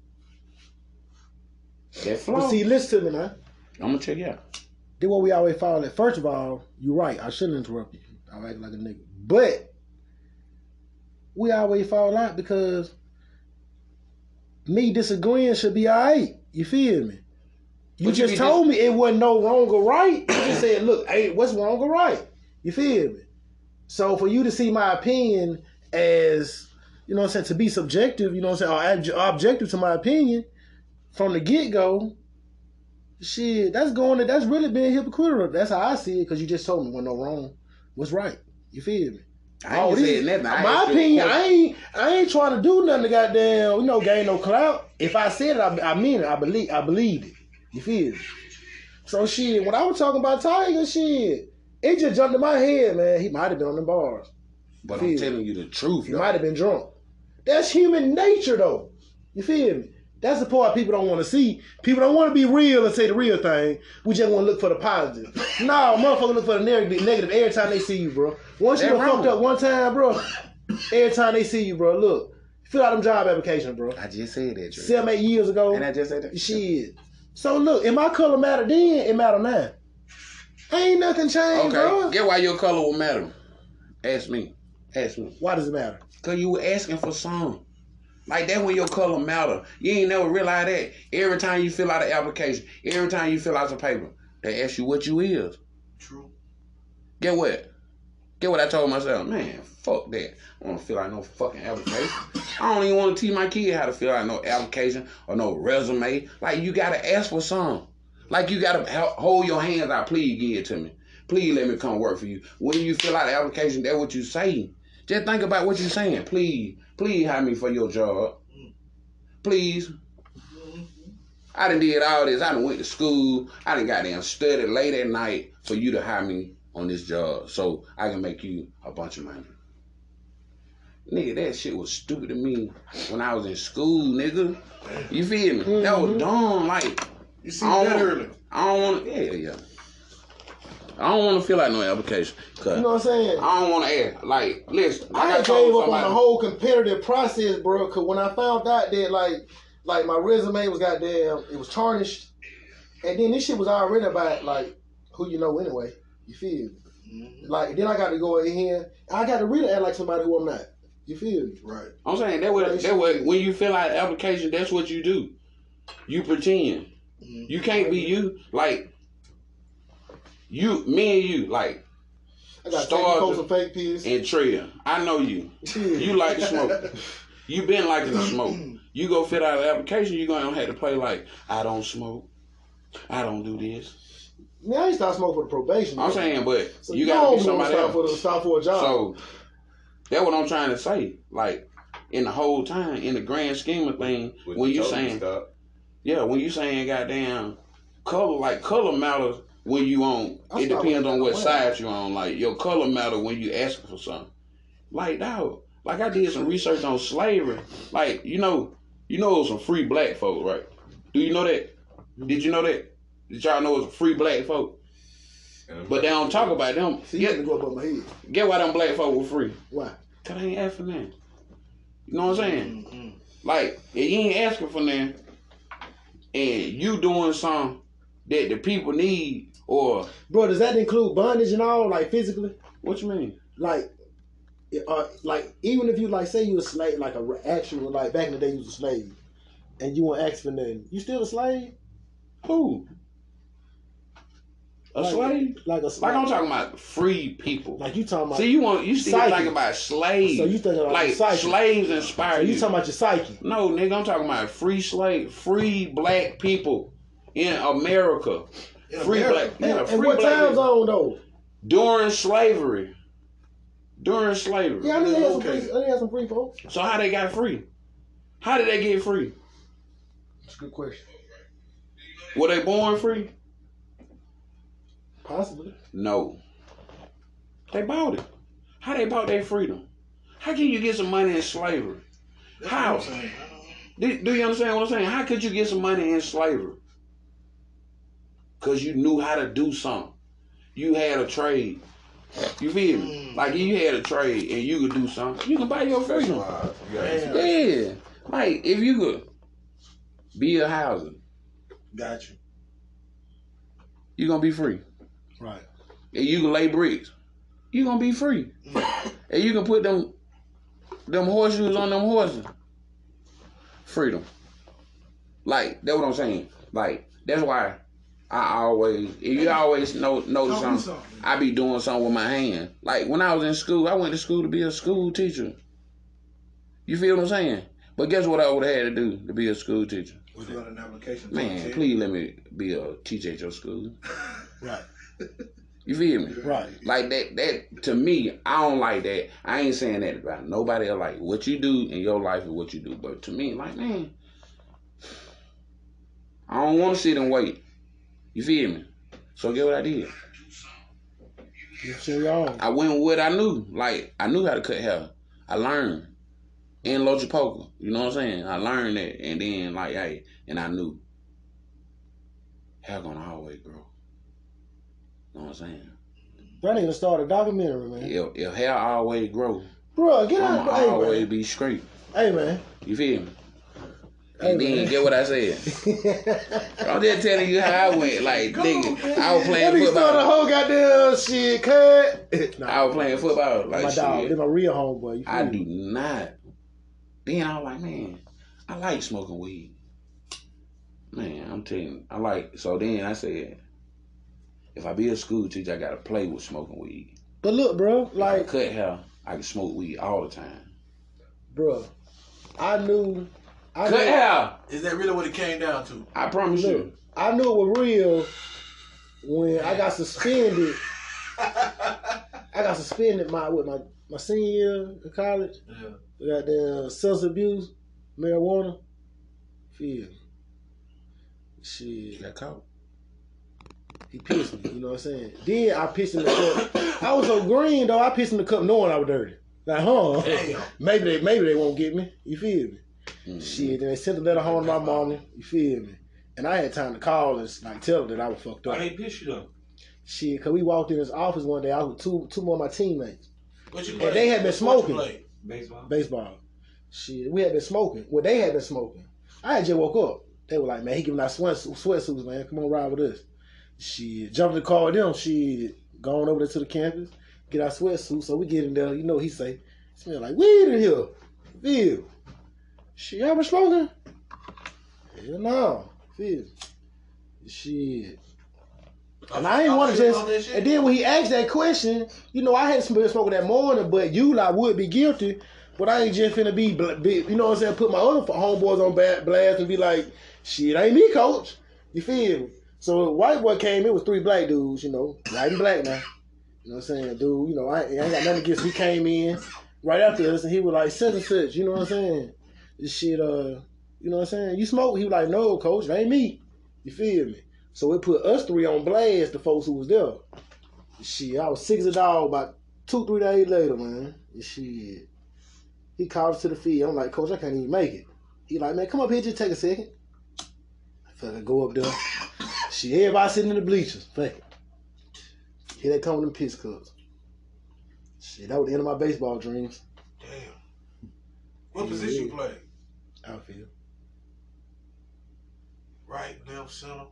Speaker 1: That flow.
Speaker 2: But see, listen to me now.
Speaker 1: I'm gonna check you out.
Speaker 2: Then what we always fall at. First of all, you're right. I shouldn't interrupt you. I act like a nigga. But we always fall out because me disagreeing should be all right. You feel me? You
Speaker 1: But you
Speaker 2: just
Speaker 1: be
Speaker 2: told me it wasn't no wrong or right. You just said, look, hey, what's wrong or right? You feel me? So for you to see my opinion as, you know what I'm saying, to be subjective, you know what I'm saying, or obj- objective to my opinion from the get go, Shit, that's going to, that's really being hypocritical. That's how I see it, because you just told me what no wrong was right. You feel me?
Speaker 1: I ain't
Speaker 2: this-
Speaker 1: saying nothing. I
Speaker 2: Oh, my
Speaker 1: asked you a
Speaker 2: opinion, I
Speaker 1: question.
Speaker 2: ain't I ain't trying to do nothing to goddamn, you know, gain no clout. If I said it, I, I mean it. I believe I believed it. You feel me? So shit, when I was talking about Tiger shit, it just jumped in my head, man. He might have been on the bars.
Speaker 1: But I'm
Speaker 2: feel.
Speaker 1: telling you the truth.
Speaker 2: He
Speaker 1: though.
Speaker 2: might have been drunk. That's human nature, though. You feel me? That's the part people don't want to see. People don't want to be real and say the real thing. We just want to look for the positive. no, motherfucker, look for the neg- negative every time they see you, bro. Once you
Speaker 1: That
Speaker 2: done fucked
Speaker 1: wrong.
Speaker 2: up one time, bro, every time they see you, bro, look, fill out them job application, bro.
Speaker 1: I just said that. Drew.
Speaker 2: Seven, eight years ago,
Speaker 1: And I just said that.
Speaker 2: shit. So look, if my color matter then, it matter now. Ain't nothing changed, bro.
Speaker 1: Okay. Get why your color will matter. Ask me. Ask me.
Speaker 2: Why does it matter?
Speaker 1: Cause you were asking for some. Like that when your color matter. You ain't never realize that. Every time you fill out an application, every time you fill out some paper, they ask you what you is.
Speaker 3: True.
Speaker 1: Get what? Get what I told myself, man, fuck that. I don't fill out no fucking application. I don't even want to teach my kid how to fill out no application or no resume. Like you gotta ask for some. Like you gotta help, hold your hands out. Please give it to me. Please let me come work for you. When you fill out the application, that's what you say. Just think about what you're saying. Please, please hire me for your job. Please. I done did all this. I done went to school. I done goddamn studied late at night for you to hire me on this job so I can make you a bunch of money. Nigga, that shit was stupid to me when I was in school, nigga. You feel me? That was dumb. Like,
Speaker 3: You
Speaker 1: I
Speaker 3: seen
Speaker 1: don't,
Speaker 3: that
Speaker 1: wanna-
Speaker 3: early.
Speaker 1: I don't want to. Yeah, yeah, yeah. I don't want to feel like no application. Cause
Speaker 2: You know what I'm saying?
Speaker 1: I don't want to air. Like, listen.
Speaker 2: I
Speaker 1: like
Speaker 2: had gave
Speaker 1: told
Speaker 2: up on the
Speaker 1: somebody-
Speaker 2: whole competitive process, bro. Cause when I found out that like, like my resume was goddamn, it was tarnished, and then this shit was already about like who you know anyway. You feel me?
Speaker 1: Mm-hmm.
Speaker 3: Mhm.
Speaker 2: Like then I got to go in here. I got to really act like somebody who I'm not. You feel me?
Speaker 3: Right.
Speaker 1: I'm saying that what that what when you fill out the application, that's what you do. You pretend.
Speaker 2: Mm-hmm.
Speaker 3: Mhm.
Speaker 1: You can't be you. Like you, me and you, like
Speaker 2: I got to
Speaker 1: Starved.
Speaker 2: post some fake piss.
Speaker 1: and Tria. I know you.
Speaker 2: Shit.
Speaker 1: You like to smoke. You been liking to smoke. You go fill out the application, you gonna have to play like I don't smoke. I don't do this.
Speaker 2: Man, I used to stop smoking for the probation.
Speaker 1: I'm
Speaker 2: bro.
Speaker 1: saying, but
Speaker 2: So
Speaker 1: you gotta be
Speaker 2: don't wanna
Speaker 1: somebody
Speaker 2: stop
Speaker 1: else.
Speaker 2: for, the, stop for a job.
Speaker 1: So that's what I'm trying to say. Like in the whole time, in the grand scheme of things, when you saying
Speaker 5: stop,
Speaker 1: yeah, when you saying goddamn color, like color matters when you on.
Speaker 2: I
Speaker 1: it
Speaker 2: start
Speaker 1: depends
Speaker 2: with
Speaker 1: on what
Speaker 2: color.
Speaker 1: side you on. Like your color matter when you asking for something. Like dog, like I did some research on slavery. Like you know, you know, it was some free black folk, right? Do you know that? Did you know that? Did y'all know it was free black folk? But they don't talk about them.
Speaker 2: See, you had to
Speaker 1: Get,
Speaker 2: go above my head.
Speaker 1: get why them black folk were free?
Speaker 2: Why?
Speaker 1: Cause they ain't asking nothing. You know what I'm saying?
Speaker 3: Mhm.
Speaker 1: Like, if you ain't asking for nothing, and you doing something that the people need, or
Speaker 2: Bro, does that include bondage and all, like physically?
Speaker 1: what you mean?
Speaker 2: Like, uh, like even if you like say you a slave, like a re- actual like back in the day you was a slave, and you weren't asked for nothing, you still a slave?
Speaker 1: Who? A
Speaker 2: Like-
Speaker 1: slave?
Speaker 2: Like a
Speaker 1: Like
Speaker 2: slave?
Speaker 1: I'm talking about free people.
Speaker 2: Like you talking about?
Speaker 1: See, you want you still
Speaker 2: Psyche.
Speaker 1: thinking about slaves?
Speaker 2: So you thinking about
Speaker 1: like
Speaker 2: psyche.
Speaker 1: slaves inspire
Speaker 2: so
Speaker 1: you?
Speaker 2: you talking about your psyche?
Speaker 1: no, nigga, I'm talking about free slave, free black people in America.
Speaker 3: In
Speaker 1: free
Speaker 3: America.
Speaker 1: black, yeah,
Speaker 2: and,
Speaker 1: free
Speaker 2: and what
Speaker 1: black
Speaker 2: time
Speaker 1: people.
Speaker 2: zone though?
Speaker 1: during slavery. During slavery.
Speaker 2: Yeah, I need to have some
Speaker 3: Okay.
Speaker 2: free. I need to have some free folks.
Speaker 1: So how they got free? How did they get free?
Speaker 2: That's a good question.
Speaker 1: Were they born free?
Speaker 2: Possibly.
Speaker 1: No. They bought it. How they bought their freedom? How can you get some money in slavery?
Speaker 3: That's
Speaker 1: How?
Speaker 3: what I'm saying. I don't know.
Speaker 1: Do, do you understand what I'm saying? How could you get some money in slavery? Cause you knew how to do something. You had a trade. You feel me?
Speaker 3: Mm.
Speaker 1: Like you had a trade and you could do something. You can buy your freedom.
Speaker 5: specialized. You
Speaker 3: Damn.
Speaker 5: gotta
Speaker 1: Yeah. Like if you could be a housing.
Speaker 3: Got you.
Speaker 1: you're gonna be free.
Speaker 2: Right.
Speaker 1: And you can lay bricks, you're gonna be free.
Speaker 3: Mm.
Speaker 1: and you can put them them horseshoes on them horses. Freedom. Like, that's what I'm saying. Like, that's why I always if you always know notice
Speaker 3: Talk
Speaker 1: something,
Speaker 3: me something.
Speaker 1: I be doing something with my hand. Like when I was in school, I went to school to be a school teacher. You feel what I'm saying? But guess what I would have had to do to be a school teacher?
Speaker 3: We got an application. to
Speaker 1: Man,
Speaker 3: attend.
Speaker 1: please let me be a teacher at your school.
Speaker 2: Right.
Speaker 1: You feel me?
Speaker 2: Right.
Speaker 1: Like that, that to me, I don't like that. I ain't saying that about nobody. else. Like what you do in your life is what you do. But to me, like man, I don't want to sit and wait. You feel me? So get what I did.
Speaker 2: Sure y'all.
Speaker 1: I went with what I knew. Like I knew how to cut hair. I learned in Loja Poker. You know what I'm saying? I learned that, and then like hey, and I knew hair gonna always grow. You know what I'm saying?
Speaker 2: That nigga start a documentary, man.
Speaker 1: If, if hair always grow,
Speaker 2: Bro, get out
Speaker 1: I'ma
Speaker 2: of hey, bro.
Speaker 1: always be straight.
Speaker 2: Hey, man.
Speaker 1: You feel me?
Speaker 2: Hey,
Speaker 1: And then
Speaker 2: man.
Speaker 1: get what I said. I'm just telling you how I went. Like, nigga, I was
Speaker 2: That
Speaker 1: playing
Speaker 2: nigga started a
Speaker 1: football.
Speaker 2: whole goddamn shit, cut. Nah,
Speaker 1: I was playing football.
Speaker 2: my
Speaker 1: Like,
Speaker 2: dog, they
Speaker 1: shit,
Speaker 2: my real homeboy. You
Speaker 1: I
Speaker 2: feel me?
Speaker 1: do not. Then I was like, man, I like smoking weed. Man, I'm telling you, I like. So then I said, if I be a school teacher, I gotta play with smoking weed.
Speaker 2: But look, bro,
Speaker 1: If I
Speaker 2: like,
Speaker 1: cut hair, I can smoke weed all the time.
Speaker 2: bro, I knew, I
Speaker 1: Cut
Speaker 2: knew,
Speaker 1: hair.
Speaker 3: Is that really what it came down to?
Speaker 1: I promise you.
Speaker 2: look, I knew it was real when I got suspended. I got suspended my with my my senior year in college.
Speaker 3: Yeah.
Speaker 2: We got the substance abuse, marijuana, feel. me? Shit,
Speaker 1: got caught.
Speaker 2: He pissed me, you know what I'm saying? Then I pissed in the cup. I was so green though, I pissed in the cup knowing I was dirty. Like, huh?
Speaker 3: Damn.
Speaker 2: Maybe they maybe they won't get me. You feel me?
Speaker 1: Mm.
Speaker 2: Shit, then they sent a letter home to my mama. You feel me? And I had time to call and like tell her that I was fucked
Speaker 4: Why
Speaker 2: up.
Speaker 4: they piss you though?
Speaker 2: Shit, cause we walked in his office one day. I was two two more of my teammates.
Speaker 3: What you
Speaker 2: And
Speaker 3: play?
Speaker 2: they had been
Speaker 3: What you
Speaker 2: smoking.
Speaker 3: play?
Speaker 4: Baseball.
Speaker 2: baseball. Shit, we had been smoking. Well, they had been smoking. I had just woke up. They were like, man, he giving out sweat sweatsuits, man. Come on, ride with us. Shit, jumped in the car with them. Shit, going over there to the campus, get our sweatsuits. So we get in there. You know, what he say, smell like weed in here. Feel. Shit, y'all been smoking? Hell no. Feel. Shit. And I ain't
Speaker 3: Oh,
Speaker 2: want to
Speaker 3: shit, all that
Speaker 2: just.
Speaker 3: shit?
Speaker 2: And then when he asked that question, you know, I had been smoking that morning, but you like would be guilty. But I ain't just finna be, bl- be you know what I'm saying? Put my other f- homeboys on ba- blast and be like, shit, ain't me, coach. You feel me? So the white boy came in with three black dudes, you know, white and black now. You know what I'm saying, dude? You know, I, I ain't got nothing against. He came in right after us and he was like, such and such. You know what I'm saying? This shit, uh, you know what I'm saying? You smoke? He was like, no, coach, it ain't me. You feel me? So it put us three on blast, the folks who was there. Shit, I was six a dog about two, three days later, man. Shit. He called us to the field. I'm like, Coach, I can't even make it. He like, man, come up here, just take a second. I fucking go up there. Shit, everybody sitting in the bleachers. Fuck it. Here they come with them piss cups. Shit, that was the end of my baseball dreams.
Speaker 3: Damn. What position you play?
Speaker 2: Outfield.
Speaker 3: Right, left, center.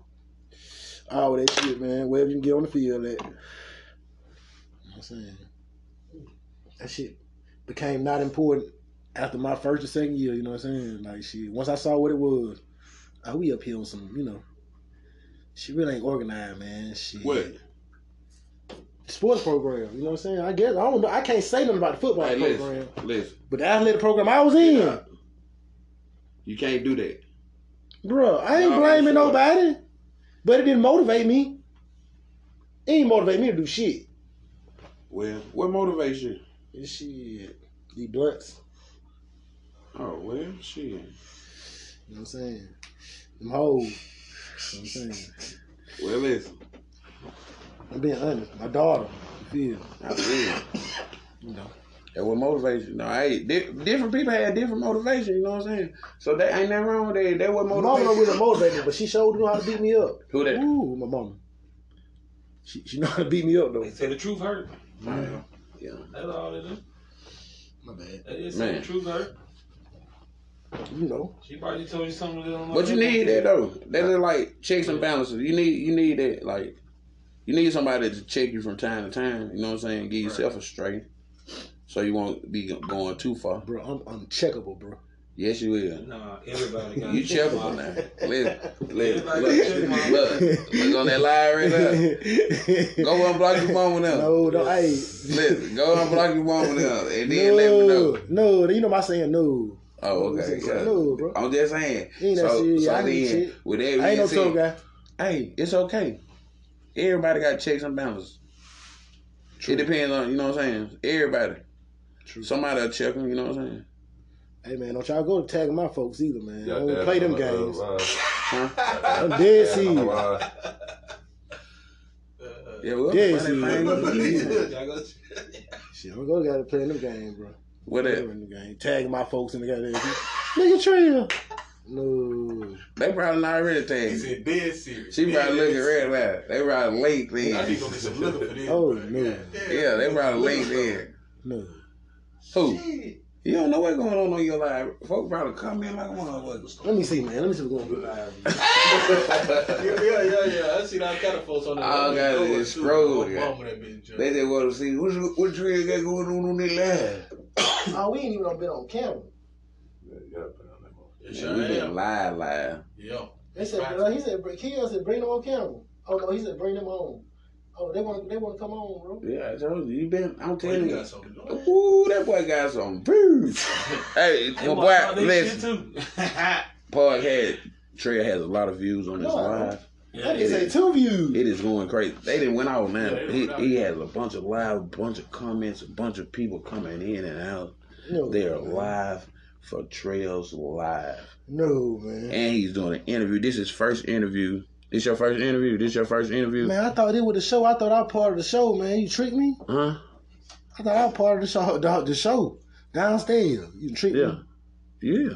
Speaker 2: All that shit, man. Wherever you can get on the field at. You know what I'm saying? That shit became not important after my first or second year, you know what I'm saying? Like shit. Once I saw what it was, oh, we up here on some, you know. She really ain't organized, man. Shit.
Speaker 1: What?
Speaker 2: Sports program, you know what I'm saying? I guess I don't know. I can't say nothing about the football
Speaker 1: Hey,
Speaker 2: program.
Speaker 1: listen, Mm, listen.
Speaker 2: But the athletic program I was in,
Speaker 1: You can't do that.
Speaker 2: bruh, I ain't
Speaker 1: Nah,
Speaker 2: blaming
Speaker 1: sure.
Speaker 2: nobody. But it didn't motivate me. It didn't motivate me to do shit.
Speaker 1: Well, what motivates you?
Speaker 2: This shit, the blunts.
Speaker 1: Oh, well, shit.
Speaker 2: You know what I'm saying? Them hoes. You know what I'm saying?
Speaker 1: Well, listen.
Speaker 2: I'm being honest. My daughter. You feel? me?
Speaker 1: I feel.
Speaker 2: You know.
Speaker 1: That what motivates you. No, hey, di- different people have different motivation. You know what I'm saying? So that ain't nothing wrong with that. That what
Speaker 2: My mama
Speaker 1: motivates.
Speaker 2: was a motivator, but she showed knew how to beat me up.
Speaker 1: Who that?
Speaker 2: Ooh, my mama. She she know how to beat me up though.
Speaker 4: They say the truth hurt.
Speaker 1: Man,
Speaker 4: That's all they do.
Speaker 2: My bad.
Speaker 4: They just say the
Speaker 1: Man.
Speaker 4: truth hurt.
Speaker 2: You know.
Speaker 4: She probably told you something that don't know
Speaker 1: But you
Speaker 4: nothing
Speaker 1: need
Speaker 4: about.
Speaker 1: that though. That is like checks and balances. You need you need that like. You need somebody to check you from time to time. You know what I'm saying? Give yourself a straight, so you won't be going too far.
Speaker 2: Bro, I'm uncheckable, bro.
Speaker 1: Yes, you will.
Speaker 4: Nah, everybody got
Speaker 1: You
Speaker 4: a
Speaker 1: check
Speaker 4: checkmark.
Speaker 1: on that. Listen, listen,
Speaker 4: Everybody check
Speaker 1: look,
Speaker 4: mark.
Speaker 1: look, look on that line right there. Go unblock your phone with them.
Speaker 2: No, no, hey.
Speaker 1: Listen, go unblock your phone with them, and then let me know.
Speaker 2: No, no, you know my saying no.
Speaker 1: Oh,
Speaker 2: You
Speaker 1: okay.
Speaker 2: said so.
Speaker 1: yeah.
Speaker 2: No, bro.
Speaker 1: I'm just saying.
Speaker 2: Ain't that
Speaker 1: so,
Speaker 2: serious.
Speaker 1: so
Speaker 2: I ain't
Speaker 1: then,
Speaker 2: shit.
Speaker 1: with that
Speaker 2: I ain't no
Speaker 1: being
Speaker 2: tough
Speaker 1: said,
Speaker 2: guy.
Speaker 1: hey, it's okay. Everybody got checks and balances. It depends on, you know what I'm saying? Everybody.
Speaker 2: True.
Speaker 1: Somebody will check them, you know what I'm saying?
Speaker 2: Hey man, don't y'all go to tag my folks either, man. I
Speaker 5: Y'all
Speaker 2: don't
Speaker 5: dad
Speaker 2: play them
Speaker 5: from another
Speaker 2: games.
Speaker 3: uh,
Speaker 5: line.
Speaker 2: I'm dead
Speaker 5: Dad from
Speaker 2: serious.
Speaker 5: another line.
Speaker 4: Uh,
Speaker 1: Yeah, well,
Speaker 2: Yeah,
Speaker 1: funny
Speaker 2: see.
Speaker 1: thing is-
Speaker 4: y'all go to-
Speaker 2: Shit, I'm gonna gotta play in them game, bro.
Speaker 1: What
Speaker 2: Play
Speaker 1: that?
Speaker 2: in the game. Tag my folks in the goddamn nigga trail. No,
Speaker 1: They probably not ready to
Speaker 3: He
Speaker 1: tag. you.
Speaker 3: said dead serious.
Speaker 1: She probably
Speaker 3: Dead
Speaker 1: looking
Speaker 3: serious.
Speaker 1: red at They probably late
Speaker 3: I need
Speaker 1: then.
Speaker 3: to go get some liquor for this.
Speaker 2: Oh,
Speaker 3: bro.
Speaker 2: no.
Speaker 3: God damn.
Speaker 1: Yeah, they probably late then.
Speaker 2: no.
Speaker 1: Who?
Speaker 3: Shit.
Speaker 1: You don't know what's going on on your life. Folk probably come in like a motherfucker.
Speaker 2: Let me see, man. Let me see what's going on.
Speaker 3: Yeah, yeah, yeah, yeah. I see that kind of folks on the
Speaker 1: I got it scrolled, yeah. They
Speaker 3: They
Speaker 1: just want to see what you, what you ain't got going on on this live.
Speaker 2: Oh, we ain't even been on camera.
Speaker 5: Yeah, y'all put on that one.
Speaker 1: Yeah, we been live, live.
Speaker 3: Yeah.
Speaker 2: They said uh, he said bring- Kill said bring them on camera. Oh no, he said bring them home. Oh, they want they want to come on, bro.
Speaker 1: Yeah, I told you. You been. I'm
Speaker 3: Boy, you
Speaker 1: telling
Speaker 3: got
Speaker 1: you.
Speaker 3: something.
Speaker 1: Ooh, that boy got some booze. hey,
Speaker 4: They
Speaker 1: my
Speaker 4: want all
Speaker 1: boy,
Speaker 4: this
Speaker 1: listen.
Speaker 4: shit too.
Speaker 1: Paul had Trey has a lot of views on his
Speaker 2: No, I don't.
Speaker 1: live.
Speaker 2: That
Speaker 1: it
Speaker 2: is a
Speaker 1: is.
Speaker 2: two views.
Speaker 1: It is going crazy. They didn't went out now.
Speaker 3: Yeah, they
Speaker 1: he
Speaker 3: went out.
Speaker 1: he has a bunch of live, bunch of comments, a bunch of people coming in and out.
Speaker 2: No,
Speaker 1: They are live for Trails Live,
Speaker 2: No, man.
Speaker 1: and he's doing an interview. This is first interview This your first interview. This your first interview.
Speaker 2: Man, I thought it was the show. I thought I was part of the show, man. You tricked me.
Speaker 1: Huh?
Speaker 2: I thought I was part of the show. The, the show downstairs. You tricked
Speaker 1: Yeah.
Speaker 2: me.
Speaker 1: Yeah.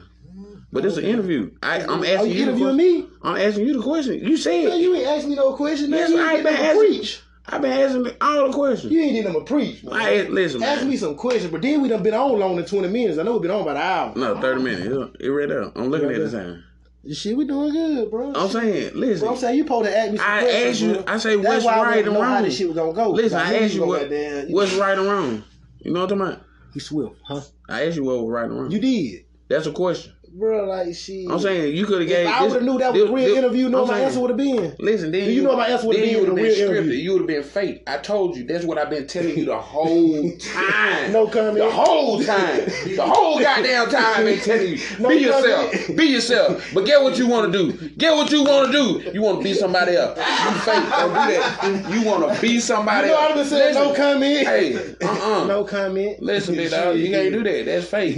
Speaker 1: But it's an interview. I, I'm
Speaker 2: Are
Speaker 1: asking
Speaker 2: Oh, you
Speaker 1: you. the
Speaker 2: interviewing
Speaker 1: question.
Speaker 2: me?
Speaker 1: I'm asking you the question. You
Speaker 2: Man,
Speaker 1: said
Speaker 2: you ain't asked me no question. Man.
Speaker 1: Yes,
Speaker 2: you
Speaker 1: I
Speaker 2: ain't
Speaker 1: ain't been
Speaker 2: been
Speaker 1: asking-
Speaker 2: preach.
Speaker 1: I've been asking me all the questions.
Speaker 2: You ain't did them a preach. Man.
Speaker 1: I asked- listen,
Speaker 2: Ask
Speaker 1: man.
Speaker 2: me some questions, but then we done been on longer than 20 minutes. I know we've been on about an hour.
Speaker 1: No, thirty minutes. It- It read up. I'm looking
Speaker 2: Right
Speaker 1: at the
Speaker 2: there.
Speaker 1: time.
Speaker 2: Shit, we doing good, bro.
Speaker 1: I'm saying,
Speaker 2: Bro, I'm
Speaker 1: listen.
Speaker 2: saying you supposed to ask me some
Speaker 1: I
Speaker 2: questions.
Speaker 1: asked you.
Speaker 2: bro.
Speaker 1: I say
Speaker 2: That's
Speaker 1: what's
Speaker 2: why I
Speaker 1: right
Speaker 2: wanted to
Speaker 1: and
Speaker 2: know how
Speaker 1: wrong.
Speaker 2: this shit was gonna go.
Speaker 1: Listen,
Speaker 2: Like,
Speaker 1: I asked you
Speaker 2: gonna
Speaker 1: what
Speaker 2: goddamn-
Speaker 1: what's right and wrong. You know what I'm talking about?
Speaker 2: You swift, huh?
Speaker 1: I asked you what was right and wrong.
Speaker 2: You did,
Speaker 1: That's a question.
Speaker 2: bro. Like shit.
Speaker 1: I'm saying you could have gave.
Speaker 2: if I
Speaker 1: this-
Speaker 2: would have knew that was
Speaker 1: this-
Speaker 2: a real
Speaker 1: this-
Speaker 2: interview, no,
Speaker 1: I'm
Speaker 2: my
Speaker 1: saying,
Speaker 2: answer would have been.
Speaker 1: Listen, then
Speaker 2: Do you know what my answer would've
Speaker 1: then
Speaker 2: been
Speaker 1: you
Speaker 2: with a
Speaker 1: would've been
Speaker 2: real
Speaker 1: scripted.
Speaker 2: interview?
Speaker 1: You would have been fake. I told you. That's what I've been telling you the whole time.
Speaker 2: No comment.
Speaker 1: The whole time. The whole goddamn time I've been telling you.
Speaker 2: No
Speaker 1: be yourself.
Speaker 2: comment.
Speaker 1: Be yourself. But get what you want to do. Get what you want to do. You want to be somebody else. You fake. Don't do that. You want to be somebody
Speaker 2: You know
Speaker 1: else.
Speaker 2: I'd have been saying no
Speaker 1: Listen.
Speaker 2: comment.
Speaker 1: Hey, uh-uh.
Speaker 2: No comment.
Speaker 1: Listen, big dog, you
Speaker 2: Shit.
Speaker 1: can't do that. That's fake.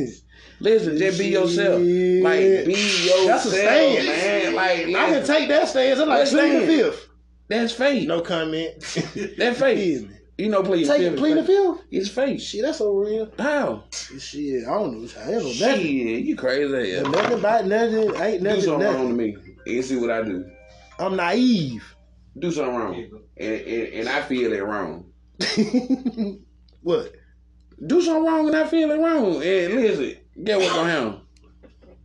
Speaker 1: Listen, just be yourself. Like be yourself,
Speaker 2: That's a stand,
Speaker 1: man. Like
Speaker 2: I can
Speaker 1: listen,
Speaker 2: take that stance. I'm like
Speaker 1: That's
Speaker 2: plead
Speaker 1: saying.
Speaker 2: the fifth.
Speaker 1: that's fake.
Speaker 2: No comment.
Speaker 1: that's fake.
Speaker 2: Hear me.
Speaker 1: You know, please
Speaker 2: Take
Speaker 1: feel
Speaker 2: it,
Speaker 1: me,
Speaker 2: plead the
Speaker 1: fake.
Speaker 2: fifth.
Speaker 1: It's fake.
Speaker 2: Shit, that's so real.
Speaker 1: How?
Speaker 2: Shit, I don't know. Hell,
Speaker 1: Shit,
Speaker 2: nothing.
Speaker 1: you crazy as hell.
Speaker 2: Nothing about nothing. Ain't
Speaker 1: Do
Speaker 2: nothing.
Speaker 1: something wrong to
Speaker 2: nothing.
Speaker 1: me and see what I do.
Speaker 2: I'm naive.
Speaker 1: Do something wrong, and and, and I feel it wrong.
Speaker 2: what?
Speaker 1: Do something wrong, and I feel it wrong. And listen, get what's gonna happen.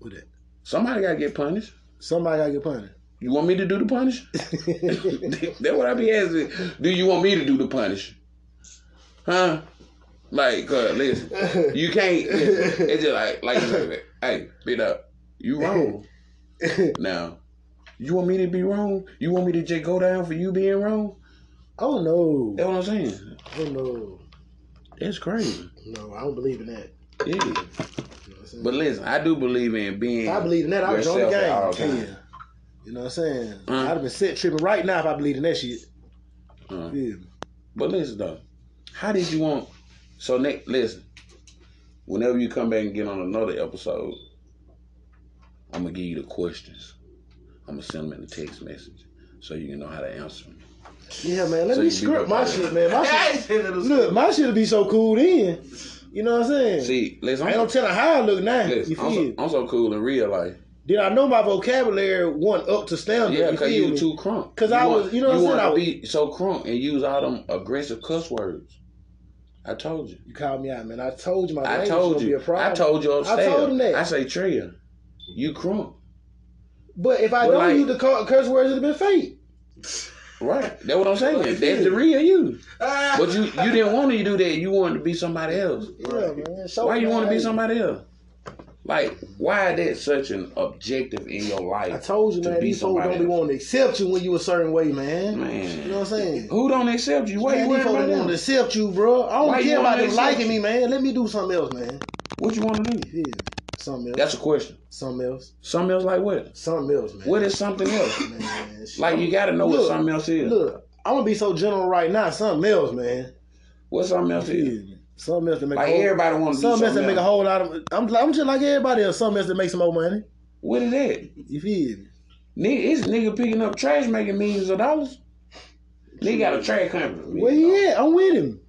Speaker 2: With that?
Speaker 1: Somebody gotta get punished.
Speaker 2: Somebody gotta get punished.
Speaker 1: You want me to do the punish? That's what I be asking. Do you want me to do the punish? Huh? Like, cause listen, you can't. Listen, it's just like, like, you said, hey, bit up. You wrong. Now, you want me to be wrong? You want me to just go down for you being wrong?
Speaker 2: oh no.
Speaker 1: That's what I'm saying.
Speaker 2: Oh no.
Speaker 1: That's crazy.
Speaker 2: No, I don't believe in that.
Speaker 1: Yeah.
Speaker 2: You know what I'm saying?
Speaker 1: But listen, I do believe in being.
Speaker 2: if I believe in that, I was on the
Speaker 1: yourself at all
Speaker 2: game.
Speaker 1: times.
Speaker 2: Yeah. You know what I'm saying?
Speaker 1: Mm.
Speaker 2: I'd have been set tripping right now if I believed in that shit.
Speaker 1: Mm.
Speaker 2: Yeah.
Speaker 1: But listen though, how did you want? So Nick, listen. Whenever you come back and get on another episode, I'm gonna give you the questions. I'm gonna send them in a text message so you can know how to answer them.
Speaker 2: Yeah, man. Let
Speaker 1: So
Speaker 2: me
Speaker 1: you be
Speaker 2: script my
Speaker 1: prepared.
Speaker 2: shit, man. My shit, look, my shit'll be so cool then. You know what I'm saying?
Speaker 1: See, listen,
Speaker 2: I
Speaker 1: I'm,
Speaker 2: ain't no telling how I look now.
Speaker 1: listen,
Speaker 2: you feel
Speaker 1: I'm, so,
Speaker 2: me?
Speaker 1: I'm so cool in real life.
Speaker 2: Did I know my vocabulary one up to standard?
Speaker 1: Yeah,
Speaker 2: you
Speaker 1: cause
Speaker 2: feel
Speaker 1: you
Speaker 2: me?
Speaker 1: too crunk.
Speaker 2: 'Cause I was- you know what I'm
Speaker 1: want
Speaker 2: saying? I
Speaker 1: to
Speaker 2: was-
Speaker 1: be so crunk and use all them aggressive cuss words. I told you.
Speaker 2: You called me out, man. I told you my
Speaker 1: I
Speaker 2: language
Speaker 1: told
Speaker 2: gonna
Speaker 1: you.
Speaker 2: be a problem.
Speaker 1: I told you upstairs.
Speaker 2: I told him that.
Speaker 1: I say, Tria, you crunk.
Speaker 2: but if I
Speaker 1: But
Speaker 2: don't
Speaker 1: like-
Speaker 2: use the cu- curse words, it'd have been fake.
Speaker 1: Right. That's what I'm saying.
Speaker 2: Right.
Speaker 1: That's the real you. But you you didn't want to do that. You wanted to be somebody else.
Speaker 2: Yeah, man. So
Speaker 1: Why you want to be
Speaker 2: hey,
Speaker 1: somebody else? Like, why is that such an objective in your life?
Speaker 2: I told you,
Speaker 1: to
Speaker 2: man.
Speaker 1: be
Speaker 2: These folks
Speaker 1: somebody
Speaker 2: don't be
Speaker 1: else?
Speaker 2: wanting to accept you when you a certain way, man.
Speaker 1: Man.
Speaker 2: You know what I'm saying?
Speaker 1: Who don't accept you? Why
Speaker 2: man,
Speaker 1: you worried
Speaker 2: these folks
Speaker 1: about
Speaker 2: don't want to
Speaker 1: them?
Speaker 2: accept you, bro. I don't
Speaker 1: Why you
Speaker 2: care about
Speaker 1: wanna
Speaker 2: them
Speaker 1: accept
Speaker 2: liking me, man. Let me do something else, man.
Speaker 1: What you want to do?
Speaker 2: Yeah. Something else.
Speaker 1: That's a question.
Speaker 2: Something else.
Speaker 1: Something else like what?
Speaker 2: Something else, man.
Speaker 1: What is something else?
Speaker 2: man, shit.
Speaker 1: Like you got to know what
Speaker 2: Look,
Speaker 1: something else is.
Speaker 2: Look, I'm gonna be so general right now. Something else, man.
Speaker 1: What something else is?
Speaker 2: Yeah. Something else to make
Speaker 1: Like
Speaker 2: a whole,
Speaker 1: everybody want to do
Speaker 2: something else
Speaker 1: something
Speaker 2: to make a
Speaker 1: else.
Speaker 2: whole lot of. I'm, I'm just like everybody else. Something else to make some more money.
Speaker 1: What is that?
Speaker 2: You feel me?
Speaker 1: Nigga, it's nigga picking up trash making millions of dollars. Nigga got a trash company.
Speaker 2: Where he at? I'm with him.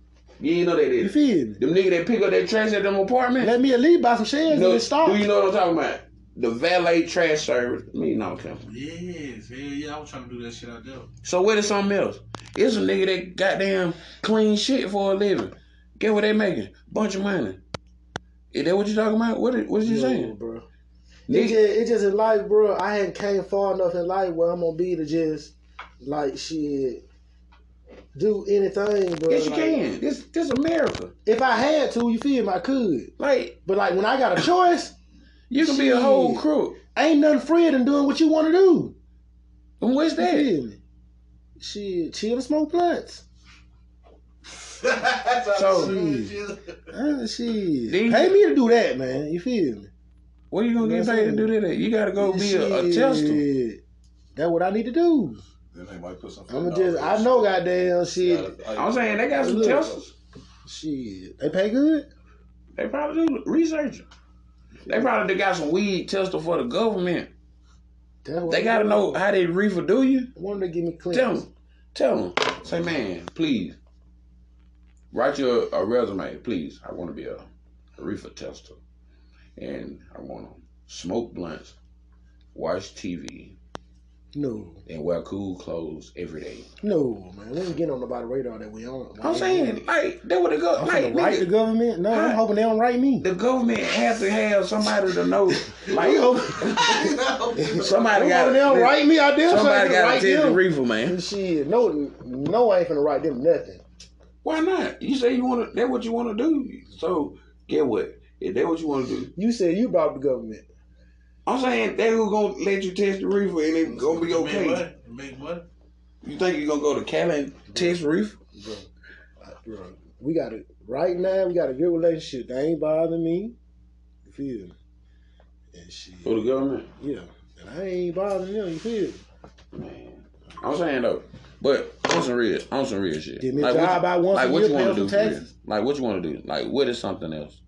Speaker 1: You ain't know that
Speaker 2: You
Speaker 1: is.
Speaker 2: feel me?
Speaker 1: Them nigga that pick up that trash at them apartment.
Speaker 2: Let me at least buy some shares
Speaker 1: No,
Speaker 2: in the stock.
Speaker 1: do you know what I'm talking about? The valet trash service. Me no company.
Speaker 4: Yes, hell yeah, I was trying to do that shit out there.
Speaker 1: So what is something else? It's a nigga that goddamn clean shit for a living. Get what they making? Bunch of money. Is that what you talking about? What is, what is you
Speaker 2: No,
Speaker 1: saying?
Speaker 2: bro? It
Speaker 1: Nigga,
Speaker 2: just, it just in life, bro. I hadn't came far enough in life where I'm gonna be to just like shit, do anything, bro.
Speaker 1: yes you
Speaker 2: Like,
Speaker 1: can. This this America.
Speaker 2: If I had to, you feel me? I could.
Speaker 1: Like
Speaker 2: But like when I got a choice,
Speaker 1: you can be a whole
Speaker 2: Shit.
Speaker 1: crook.
Speaker 2: ain't nothing freer than doing what you want to do.
Speaker 1: And what's
Speaker 2: You
Speaker 1: that?
Speaker 2: feel me? Shit, chill and smoke blunts.
Speaker 1: So-
Speaker 2: Uh, shit,
Speaker 1: Then-
Speaker 2: pay me to do that, man. You feel me?
Speaker 1: What you gonna
Speaker 2: You
Speaker 1: get
Speaker 2: know what
Speaker 1: paid to
Speaker 2: I'm
Speaker 1: do that? at? You gotta go be a, a
Speaker 2: Shit.
Speaker 1: tester.
Speaker 2: That's what I need to do.
Speaker 5: Then they might put something.
Speaker 2: I'm just, I know, goddamn shit.
Speaker 1: I'm saying they got some
Speaker 2: Look.
Speaker 1: testers.
Speaker 2: Shit, they pay good.
Speaker 1: They probably do research. They probably got some weed tester for the government.
Speaker 2: That's what
Speaker 1: They
Speaker 2: I'm
Speaker 1: gotta
Speaker 2: doing.
Speaker 1: know how they reefer do you.
Speaker 2: I want them to give me clean.
Speaker 1: Tell them. Tell them. Say, man, please. Write your a resume, please. I want to be a, a reefer tester. And I want to smoke blunts, watch TV,
Speaker 2: No,
Speaker 1: and wear cool clothes every day.
Speaker 2: no, man. We ain't getting on nobody's radar that we on.
Speaker 1: I'm saying, like, that would have go.
Speaker 2: I'm
Speaker 1: Like,
Speaker 2: finna write the
Speaker 1: nigga,
Speaker 2: government. No, I'm
Speaker 1: Huh?
Speaker 2: hoping they don't write me.
Speaker 1: the government has to have somebody to know. Like, somebody
Speaker 2: I'm
Speaker 1: got
Speaker 2: hoping they don't
Speaker 1: to.
Speaker 2: write me. I damn sure
Speaker 1: Somebody got
Speaker 2: ain't gonna
Speaker 1: to test
Speaker 2: write
Speaker 1: the
Speaker 2: them.
Speaker 1: reefer, man.
Speaker 2: Shit, no, no, I ain't finna write them nothing.
Speaker 1: Why not? You say you want to. That what you want to do. So get what? If that what you want to do,
Speaker 2: You said you brought the government.
Speaker 1: I'm saying they who gonna let you test the reefer and it gonna be
Speaker 4: Make
Speaker 1: okay.
Speaker 4: money. Make money.
Speaker 1: You think you gonna go to Cali and test reefer?
Speaker 2: Bro, bro, we got it right now. We got a good relationship. They ain't bothering me. You feel me? And shit,
Speaker 1: For the government,
Speaker 2: yeah. And I ain't bothering them. You feel me?
Speaker 1: man. I'm saying though, but on some real, on some real shit.
Speaker 2: Give me a
Speaker 1: what
Speaker 2: job
Speaker 1: you-
Speaker 2: I want
Speaker 1: Like
Speaker 2: for
Speaker 1: what
Speaker 2: you,
Speaker 1: you
Speaker 2: pay
Speaker 1: want
Speaker 2: for
Speaker 1: to do? For real?
Speaker 2: taxes.
Speaker 1: Like what you want to do? Like what is something else?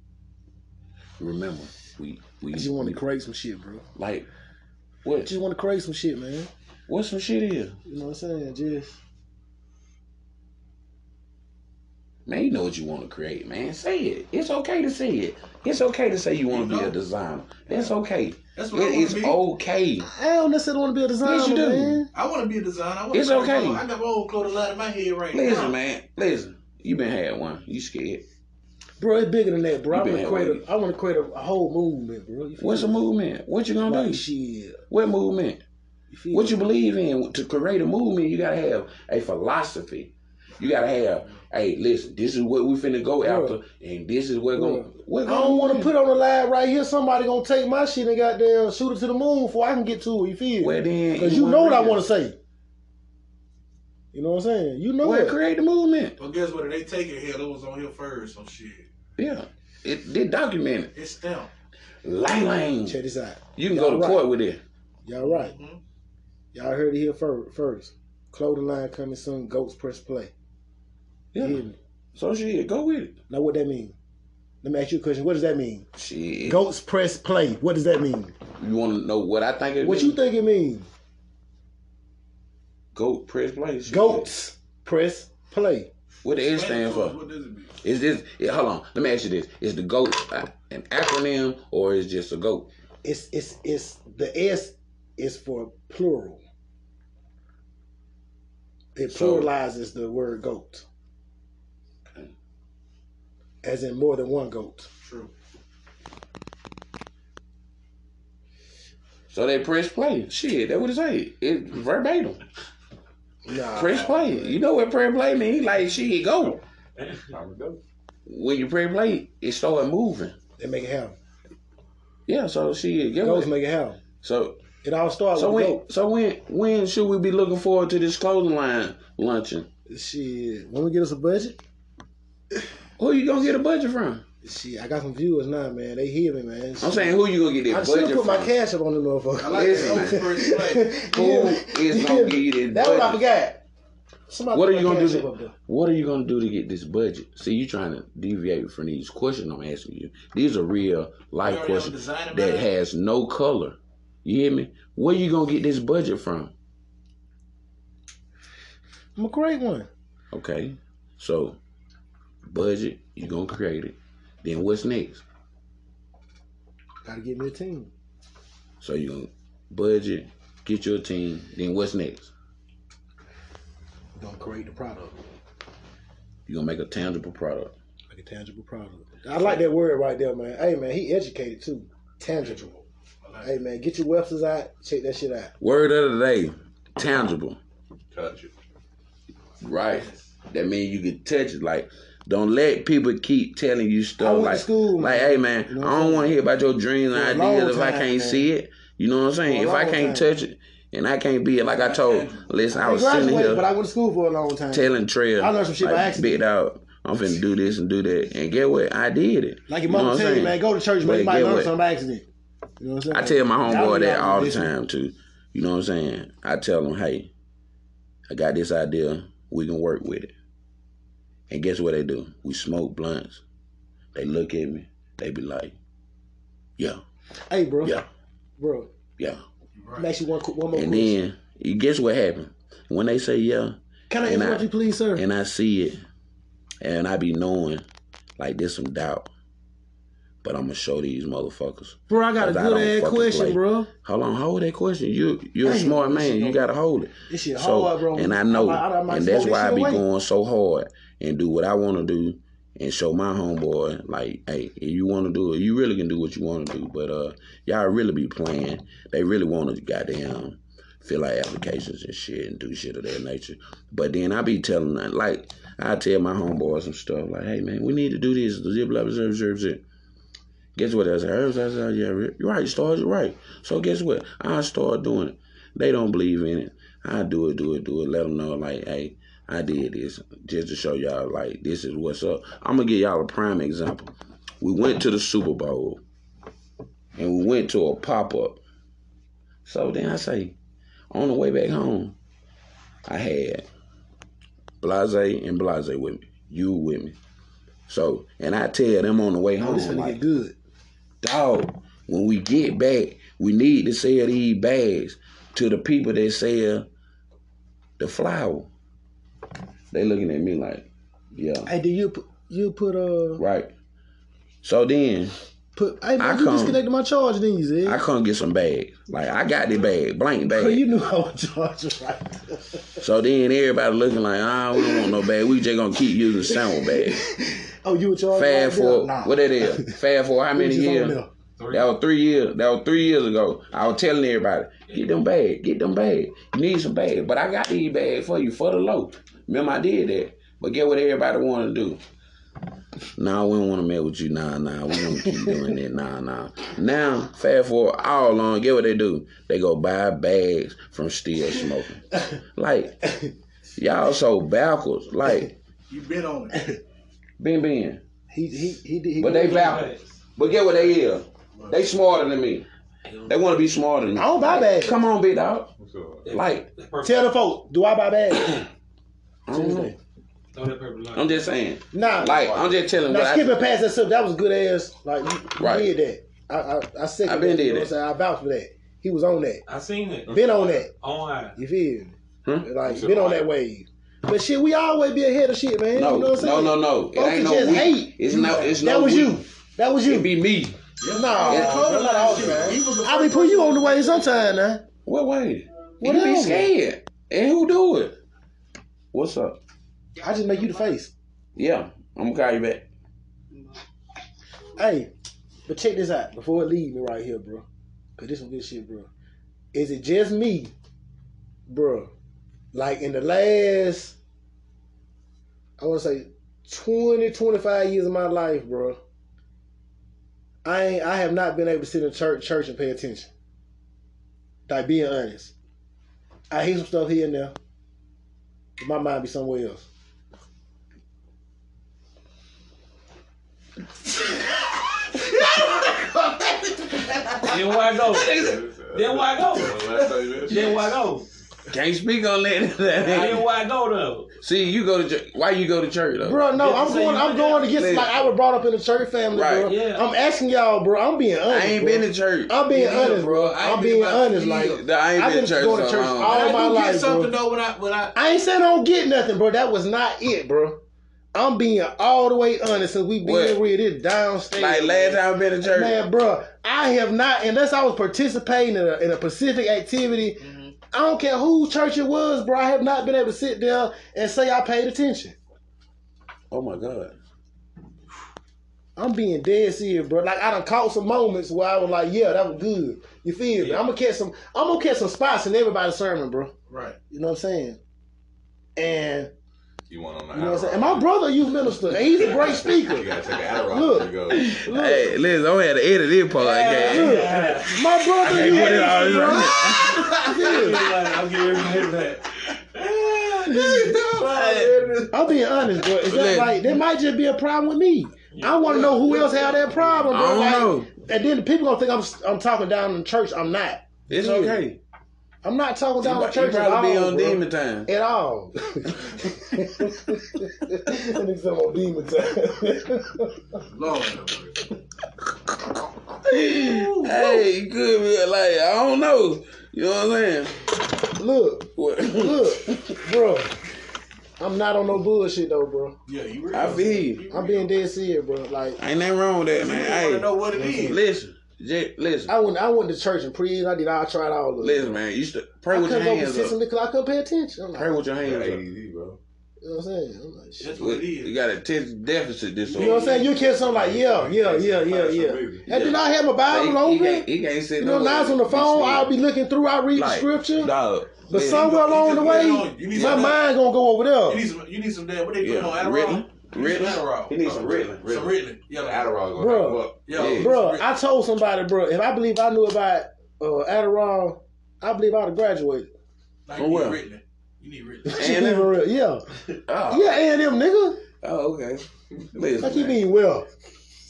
Speaker 1: Remember, we we
Speaker 2: I just want to
Speaker 1: we-
Speaker 2: create some shit, bro.
Speaker 1: like
Speaker 2: I
Speaker 1: what
Speaker 2: just want to create some shit, man.
Speaker 1: what some shit is.
Speaker 2: You know what I'm saying? Just
Speaker 1: Man, you know what you want to create, man. Say it. It's okay to say it. It's okay to say you want to
Speaker 4: You
Speaker 1: be a
Speaker 4: know.
Speaker 1: designer. That's okay.
Speaker 4: That's what I
Speaker 1: It
Speaker 4: want
Speaker 1: is
Speaker 4: to be.
Speaker 1: okay.
Speaker 2: I don't necessarily want to be a designer,
Speaker 1: Yes, you do.
Speaker 2: man.
Speaker 4: I want to be a designer. I wanna
Speaker 1: It's
Speaker 4: be a
Speaker 1: okay.
Speaker 4: designer. I got my old clothes out of my head right now.
Speaker 1: Listen, man. Listen. You been had one. You scared.
Speaker 2: Bro, it's bigger than that, bro. I
Speaker 1: You been
Speaker 2: want to
Speaker 1: that
Speaker 2: create.
Speaker 1: way.
Speaker 2: A, I want to create a, a whole movement, bro. You feel
Speaker 1: What's a
Speaker 2: me?
Speaker 1: movement? What you gonna
Speaker 2: Like,
Speaker 1: do?
Speaker 2: shit.
Speaker 1: What movement?
Speaker 2: You feel
Speaker 1: What
Speaker 2: me?
Speaker 1: you believe in? To create a movement, you gotta have a philosophy. You gotta have, hey, listen, this is what we finna go after, and this is what going. What
Speaker 2: I don't want
Speaker 1: to
Speaker 2: to put on the line right here. Somebody gonna take my shit and goddamn shoot it to the moon before I can get to it. You feel?
Speaker 1: Well then,
Speaker 2: Because you know what I want to
Speaker 1: to.
Speaker 2: say. You know what I'm saying? You know
Speaker 1: Well,
Speaker 2: it.
Speaker 1: create the movement.
Speaker 4: Well, guess what? If They take it here. It was on here first. Some shit.
Speaker 1: Yeah, it they documented.
Speaker 4: It's them.
Speaker 1: Lang lang.
Speaker 2: Check this out.
Speaker 1: You can
Speaker 2: Y'all
Speaker 1: go to
Speaker 2: right.
Speaker 1: court with it.
Speaker 2: Y'all right.
Speaker 4: Mhm.
Speaker 2: Y'all heard it here fir- first. Clothing line coming soon. Goats press play. You
Speaker 1: Yeah.
Speaker 2: hear me?
Speaker 1: So shit, go with it.
Speaker 2: Now what that mean? Let me ask you a question. What does that mean?
Speaker 1: Shit.
Speaker 2: Goats press play. What does that mean?
Speaker 1: You want to know what I think? It
Speaker 2: What
Speaker 1: is?
Speaker 2: you think it means?
Speaker 1: Goat press play. Shit.
Speaker 2: Goats press play.
Speaker 1: What the S
Speaker 4: Explain
Speaker 1: stand
Speaker 4: to us
Speaker 1: for?
Speaker 4: What does it mean?
Speaker 1: Is this? It, hold on. Let me ask you this: Is the goat uh, an acronym or is just a goat?
Speaker 2: It's it's it's the S is for plural. It
Speaker 1: So-
Speaker 2: pluralizes the word goat.
Speaker 1: Okay.
Speaker 2: As in more than one goat.
Speaker 4: True.
Speaker 1: So they press play. Shit, that what it say. It verbatim.
Speaker 2: Nah,
Speaker 1: Press play. You know what press play mean? Like shit, go.
Speaker 5: Time to go.
Speaker 1: When you press play, it start moving.
Speaker 2: they make it happen.
Speaker 1: Yeah. So shit, get with
Speaker 2: Goats
Speaker 1: it.
Speaker 2: make it happen.
Speaker 1: So
Speaker 2: It all starts
Speaker 1: so
Speaker 2: with a
Speaker 1: when
Speaker 2: goat.
Speaker 1: so when when should we be looking forward to this clothing line luncheon?
Speaker 2: Shit. When we get us a budget,
Speaker 1: Who you gonna get a budget from?
Speaker 2: shit, I got some viewers now, man. They hear me, man.
Speaker 1: I'm saying who you gonna get
Speaker 2: I
Speaker 1: that
Speaker 2: should
Speaker 1: budget
Speaker 2: have put
Speaker 1: from?
Speaker 2: my cash up on the motherfucker.
Speaker 4: I like
Speaker 1: Listen,
Speaker 4: that. First play.
Speaker 2: Yeah.
Speaker 1: Who is
Speaker 2: Yeah.
Speaker 1: gonna give you this
Speaker 2: That's what I
Speaker 1: budget?
Speaker 2: forgot. Somebody
Speaker 1: What are
Speaker 2: put
Speaker 1: you
Speaker 2: my
Speaker 1: gonna do?
Speaker 2: cash up up
Speaker 1: To,
Speaker 2: there.
Speaker 1: what are you gonna do to get this budget? See, you trying to deviate from these questions I'm asking you. These are real
Speaker 4: You
Speaker 1: life
Speaker 4: already have a
Speaker 1: questions
Speaker 4: design about
Speaker 1: that
Speaker 4: it?
Speaker 1: has no color. You hear me? Where you gonna get this budget from?
Speaker 2: I'm a great one.
Speaker 1: Okay, so budget, you gonna create it. Then what's next?
Speaker 2: Gotta get me a team.
Speaker 1: So you gonna budget, get your team. Then what's next?
Speaker 2: Gonna create the product.
Speaker 1: You gonna make a tangible product.
Speaker 2: Like a tangible product. I like that word right there, man. Hey man, he educated too. Tangible. Hey man, get your websites out, check that shit out.
Speaker 1: Word of the day: tangible.
Speaker 5: Touch it.
Speaker 1: Right. That means you can touch it. Like, don't let people keep telling you stuff.
Speaker 2: I went to
Speaker 1: like,
Speaker 2: school,
Speaker 1: like,
Speaker 2: man.
Speaker 1: hey man,
Speaker 2: You know what
Speaker 1: I
Speaker 2: I'm
Speaker 1: don't
Speaker 2: saying?
Speaker 1: want to hear about your dreams and
Speaker 2: For a long
Speaker 1: ideas if I
Speaker 2: time,
Speaker 1: can't
Speaker 2: man.
Speaker 1: see it. You know what I'm saying?
Speaker 2: For
Speaker 1: If
Speaker 2: a
Speaker 1: I
Speaker 2: long
Speaker 1: can't
Speaker 2: time.
Speaker 1: touch it and I can't be it, like I told. Listen, I was sitting
Speaker 2: graduated,
Speaker 1: here
Speaker 2: but I went to school for a long time.
Speaker 1: telling Trail,
Speaker 2: I learned some shit by
Speaker 1: like,
Speaker 2: accident.
Speaker 1: big dog, I'm finna do this and do that, and get what I did it.
Speaker 2: like your
Speaker 1: know
Speaker 2: mama
Speaker 1: what I'm
Speaker 2: tell you,
Speaker 1: saying?
Speaker 2: man, go to church,
Speaker 1: But
Speaker 2: man. You might
Speaker 1: get
Speaker 2: learn
Speaker 1: what?
Speaker 2: something by accident. You know what I'm saying?
Speaker 1: I tell my
Speaker 2: Y'all
Speaker 1: homeboy
Speaker 2: be
Speaker 1: that
Speaker 2: out
Speaker 1: all the
Speaker 2: listening.
Speaker 1: time too. You know what I'm saying? I tell him, hey, I got this idea. We can work with it. And guess what they do? We smoke blunts. They look at me. They be like, yeah,
Speaker 2: Hey bro,
Speaker 1: yeah,
Speaker 2: bro,
Speaker 1: yeah.
Speaker 4: Right.
Speaker 2: I'm asking you one, qu- one more
Speaker 1: And
Speaker 2: question.
Speaker 1: then you guess what happened? When they say yeah,
Speaker 2: Can I
Speaker 1: and
Speaker 2: interrupt
Speaker 1: I-
Speaker 2: you, please, sir?
Speaker 1: and I see it, and I be knowing like there's some doubt, but I'm gonna show these motherfuckers.
Speaker 2: bro, I got a
Speaker 1: Cause I don't
Speaker 2: good ass
Speaker 1: fucking
Speaker 2: question,
Speaker 1: play.
Speaker 2: bro.
Speaker 1: Hold on, hold that question. You you're a
Speaker 2: Dang,
Speaker 1: smart
Speaker 2: this
Speaker 1: man.
Speaker 2: shit
Speaker 1: You
Speaker 2: don't-
Speaker 1: gotta hold it.
Speaker 2: This shit
Speaker 1: So
Speaker 2: hard, bro.
Speaker 1: and I know,
Speaker 2: might- I might
Speaker 1: and that's
Speaker 2: smoke this
Speaker 1: why I
Speaker 2: shit
Speaker 1: be
Speaker 2: away.
Speaker 1: going so hard and do what I want to do and show my homeboy like, hey, if you want to do it, you really can do what you want to do. But uh, y'all really be playing. They really want to goddamn fill out applications and shit and do shit of that nature. But then I be telling them, like I tell my homeboys some stuff like, hey man, we need to do this. Zip, blah, blah, zip, zip, zip. Guess what? That's hers. That's hers. Yeah, you're right. Stars, you're right. So guess what? I start doing it. They don't believe in it. I do it, do it, do it. Let them know, like, hey, I did this just to show y'all, like, this is what's up. I'm gonna give y'all a prime example. We went to the Super Bowl, and we went to a pop up. So then I say, on the way back home, I had Blase and Blase with me. You with me. So, and I tell them on the way
Speaker 2: Oh,
Speaker 1: home,
Speaker 2: this finna
Speaker 1: like,
Speaker 2: get good.
Speaker 1: dog, when we get back, we need to sell these bags to the people that sell the flour. They looking at me like, yeah,
Speaker 2: Hey, do you put you put uh
Speaker 1: right. So then
Speaker 2: put? Hey,
Speaker 1: I
Speaker 2: man, you
Speaker 1: come-
Speaker 2: disconnected my charge, then you
Speaker 1: I
Speaker 2: said.
Speaker 1: come get some bags. Like I got the bag, blank
Speaker 2: Bro,
Speaker 1: bag.
Speaker 2: you knew I was charged right.
Speaker 1: So then everybody looking like, ah, we don't want no bag. We just gonna keep using sandwich bags.
Speaker 2: Oh, you were charged right
Speaker 1: Fad
Speaker 2: there?
Speaker 1: for
Speaker 2: Nah.
Speaker 1: what that is? Fad for how
Speaker 2: We
Speaker 1: many
Speaker 2: just on
Speaker 1: years?
Speaker 2: there.
Speaker 1: That was three years. That was three years ago. I was telling everybody, get them bag, get them bag. You need some bag, but I got these bags for you for the low. Remember, I did that. But get what everybody want to do. Nah, we don't want to mess with you. Nah, nah, we don't keep doing that. Nah, nah. Now, fast forward all along, get what they do? They go buy bags from Steel Smoking. Like, y'all so backwards. Like,
Speaker 4: You been on it.
Speaker 1: Ben Ben.
Speaker 2: He he he did. He
Speaker 1: But they backwards. But get what they is? They smarter than me. They want to be smarter than me.
Speaker 2: I don't buy bags.
Speaker 1: Come on, big dog.
Speaker 5: What's up?
Speaker 1: Like,
Speaker 2: Tell the folk, do I buy bags?
Speaker 1: I don't know. I'm just saying.
Speaker 2: Nah,
Speaker 1: Like, I'm just telling
Speaker 2: now
Speaker 1: what
Speaker 2: skip
Speaker 1: I,
Speaker 2: it past that stuff. That was good ass. Like you, you
Speaker 1: Right.
Speaker 2: did that. I I, I second.
Speaker 1: I been
Speaker 2: that,
Speaker 1: did
Speaker 2: you know
Speaker 1: it.
Speaker 2: what I'm saying? I vouch for that. He was on that.
Speaker 3: I seen it.
Speaker 2: Been on that.
Speaker 3: Online.
Speaker 2: You feel me?
Speaker 1: Hmm?
Speaker 2: Like
Speaker 5: Said
Speaker 2: been on
Speaker 5: why?
Speaker 2: that wave. But shit, we always be ahead of shit, man.
Speaker 1: No,
Speaker 2: you know what I'm
Speaker 1: no,
Speaker 2: saying?
Speaker 1: no, no. It
Speaker 2: Folks
Speaker 1: ain't no
Speaker 2: just
Speaker 1: we.
Speaker 2: hate.
Speaker 1: It's no, it's
Speaker 2: that
Speaker 1: no
Speaker 2: was
Speaker 1: we.
Speaker 2: you. That was
Speaker 1: It
Speaker 2: you.
Speaker 1: be me.
Speaker 2: Nah,
Speaker 1: Yeah.
Speaker 4: Close
Speaker 2: Nah,
Speaker 4: line
Speaker 2: nah,
Speaker 4: shit,
Speaker 2: nah.
Speaker 4: Oh, man. He was the
Speaker 2: I be
Speaker 4: first
Speaker 2: putting you
Speaker 4: one.
Speaker 2: on the way sometime now.
Speaker 1: What way? You
Speaker 2: Whatever.
Speaker 1: be scared. And who do it? What's up?
Speaker 2: I just make you the face.
Speaker 1: Yeah, I'm gonna call you back.
Speaker 2: Hey, but check this out before it leave me right here, bro. Cause this some good shit, bro. Is it just me, bro? Like in the last, I want to say 20, 25 years of my life, bro. I ain't, I have not been able to sit in church church and pay attention. Like being honest, I hear some stuff here and there. But my mind be somewhere else.
Speaker 3: Then where I go? Then why go? Then why go?
Speaker 1: Can't speak on that.
Speaker 3: Then why go though?
Speaker 1: See, you go to church. Why you go to church though?
Speaker 2: Bro, no,
Speaker 3: Yeah,
Speaker 2: I'm
Speaker 3: so
Speaker 2: going.
Speaker 3: you-
Speaker 2: I'm going to get
Speaker 1: Listen.
Speaker 2: like I was brought up in the church family, bro.
Speaker 1: Right.
Speaker 3: Yeah.
Speaker 2: I'm asking y'all, bro. I'm being
Speaker 1: I
Speaker 2: honest.
Speaker 1: ain't
Speaker 2: bro.
Speaker 1: been to church.
Speaker 2: I'm being
Speaker 1: Me neither,
Speaker 2: honest, bro.
Speaker 1: I ain't
Speaker 2: I'm
Speaker 1: been
Speaker 2: being
Speaker 1: about-
Speaker 2: honest,
Speaker 1: me
Speaker 2: like-
Speaker 1: neither. I ain't
Speaker 2: I've
Speaker 1: been
Speaker 2: been
Speaker 1: to church.
Speaker 2: going to
Speaker 1: so
Speaker 2: church
Speaker 1: long.
Speaker 2: all
Speaker 4: I
Speaker 2: my
Speaker 4: do get
Speaker 2: life, bro.
Speaker 4: something though when I when I
Speaker 2: I ain't saying I don't get nothing, bro. That was not it, bro. I'm being all the way honest since we
Speaker 1: What?
Speaker 2: been real this downstairs.
Speaker 1: Like last time I've been to church.
Speaker 2: man, bro. I have not unless I was participating in a, in a Pacific activity. I don't care whose church it was, bro. I have not been able to sit there and say I paid attention.
Speaker 1: Oh my god.
Speaker 2: I'm being dead serious, bro. Like I done caught some moments where I was like, "Yeah, that was good." You feel me?
Speaker 3: Yeah.
Speaker 2: I'm gonna catch some. I'm gonna catch some spots in everybody's sermon, bro.
Speaker 4: right.
Speaker 2: You know what I'm saying? And
Speaker 5: You want on the
Speaker 2: you know what I'm saying.
Speaker 5: Adderall.
Speaker 2: And my brother, a youth minister, and he's a great
Speaker 5: You
Speaker 2: speaker.
Speaker 5: gotta take an Adderall.
Speaker 2: Look.
Speaker 5: Look. Go.
Speaker 2: Look,
Speaker 1: Hey, listen, I'm gonna have to edit this part. okay?
Speaker 3: Yeah.
Speaker 2: my brother, a youth
Speaker 1: put it all
Speaker 2: minister, bro.
Speaker 3: I'll
Speaker 2: You feel me?
Speaker 3: give everybody back.
Speaker 2: I'm being honest, bro. Is that
Speaker 1: Look.
Speaker 2: like there might just be a problem with me? I want to know who else had that problem,
Speaker 1: I
Speaker 2: bro.
Speaker 1: don't know.
Speaker 2: like, And then the people gonna think I'm I'm talking down in church. I'm not.
Speaker 1: It's
Speaker 2: Yeah.
Speaker 1: okay.
Speaker 2: I'm not talking
Speaker 1: You,
Speaker 2: down in
Speaker 1: pro- you
Speaker 2: church at all,
Speaker 1: probably be on
Speaker 2: bro.
Speaker 1: demon time.
Speaker 2: at all. Niggas talking about demon time.
Speaker 4: Lord. have mercy.
Speaker 1: Hey, you could be like, I don't know. You know what I'm saying?
Speaker 2: Look,
Speaker 1: What-
Speaker 2: look, bro. I'm not on no bullshit though, bro.
Speaker 4: Yeah, you real.
Speaker 1: I feel you.
Speaker 2: I'm being dead serious, bro. Like
Speaker 1: Ain't nothing wrong with that,
Speaker 4: I want to
Speaker 1: man.
Speaker 4: know what it
Speaker 1: Hey,
Speaker 4: is.
Speaker 1: listen, J- listen,
Speaker 2: I went, I went to church and prayed. I did. I tried all of it.
Speaker 1: listen, man. You should
Speaker 2: I
Speaker 1: pray with your
Speaker 2: couldn't go
Speaker 1: hands up.
Speaker 2: consistently because I couldn't pay attention. I'm like,
Speaker 1: Pray with your
Speaker 5: Yeah,
Speaker 1: hands up.
Speaker 5: ADD, bro.
Speaker 2: you know what I'm saying? I'm like, shit.
Speaker 4: That's what it
Speaker 1: You
Speaker 4: is.
Speaker 1: got a attention deficit
Speaker 2: You know what
Speaker 1: disorder.
Speaker 2: I'm saying? You catch something like, yeah, yeah, yeah, yeah, yeah. And then I have my Bible
Speaker 1: He- he,
Speaker 2: open.
Speaker 1: can't, he can't sit
Speaker 2: You know, now it's on the phone. I'll be looking through. I read the
Speaker 1: Like,
Speaker 2: scripture.
Speaker 1: dog.
Speaker 2: But
Speaker 1: listen,
Speaker 2: somewhere
Speaker 4: you
Speaker 2: along the
Speaker 4: just
Speaker 2: way,
Speaker 4: put it on. You need
Speaker 2: my
Speaker 4: some-
Speaker 2: mind gonna go over there.
Speaker 4: You need some. You need some damn. What they put
Speaker 1: Yeah,
Speaker 4: on Adderall?
Speaker 1: Ritalin.
Speaker 4: You need some
Speaker 1: Ritalin.
Speaker 4: Adderall. Uh,
Speaker 1: He needs some Ritalin.
Speaker 4: Some Ritalin. Yeah,
Speaker 5: The
Speaker 4: like-
Speaker 5: Adderall gonna
Speaker 2: Bruh.
Speaker 5: help up.
Speaker 4: Yeah,
Speaker 1: Yeah.
Speaker 2: Bro, I told somebody, bro, if I believe I knew about uh, Adderall, I believe I'd have graduated.
Speaker 4: Like,
Speaker 1: For
Speaker 4: you need
Speaker 1: what?
Speaker 4: Ritalin. You need Ritalin.
Speaker 2: That shit
Speaker 1: A&M?
Speaker 2: even real. Yeah.
Speaker 1: Oh,
Speaker 2: Yeah, and them nigga.
Speaker 1: oh, okay.
Speaker 2: Like
Speaker 1: Listen,
Speaker 2: you
Speaker 1: man.
Speaker 2: mean well.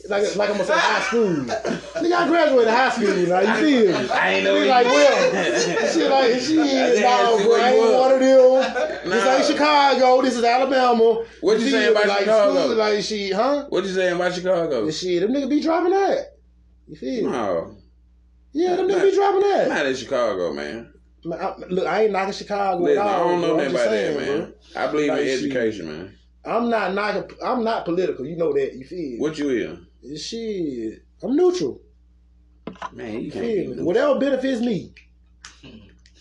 Speaker 2: Like like I'm gonna say high school. nigga, I graduated high school now, you feel me?
Speaker 1: I ain't know
Speaker 2: Nigga
Speaker 1: he-
Speaker 2: like well. Shit like she is nah, bro, I ain't one of them. This
Speaker 1: Nah.
Speaker 2: ain't Chicago, this is Alabama.
Speaker 1: What you
Speaker 2: feel
Speaker 1: saying
Speaker 2: me?
Speaker 1: about
Speaker 2: like,
Speaker 1: Chicago?
Speaker 2: school, Like she, huh?
Speaker 1: What you saying about Chicago?
Speaker 2: And shit, them nigga be dropping that. You feel me?
Speaker 1: No,
Speaker 2: Yeah, them nigga be dropping that.
Speaker 1: not in Chicago, man.
Speaker 2: Man, I, look, I ain't knocking Chicago
Speaker 1: Listen,
Speaker 2: at
Speaker 1: I
Speaker 2: all.
Speaker 1: don't know
Speaker 2: Oh, bro.
Speaker 1: nothing
Speaker 2: I'm just
Speaker 1: about
Speaker 2: saying,
Speaker 1: that, man. I believe
Speaker 2: Like,
Speaker 1: in
Speaker 2: shit.
Speaker 1: education, man.
Speaker 2: bro. I'm not knocking. I'm not political. You know that. You feel?
Speaker 1: What you in?
Speaker 2: What? Shit, I'm neutral.
Speaker 1: Man, you
Speaker 2: You
Speaker 1: can't
Speaker 2: feel
Speaker 1: be
Speaker 2: me?
Speaker 1: neutral.
Speaker 2: Whatever benefits me.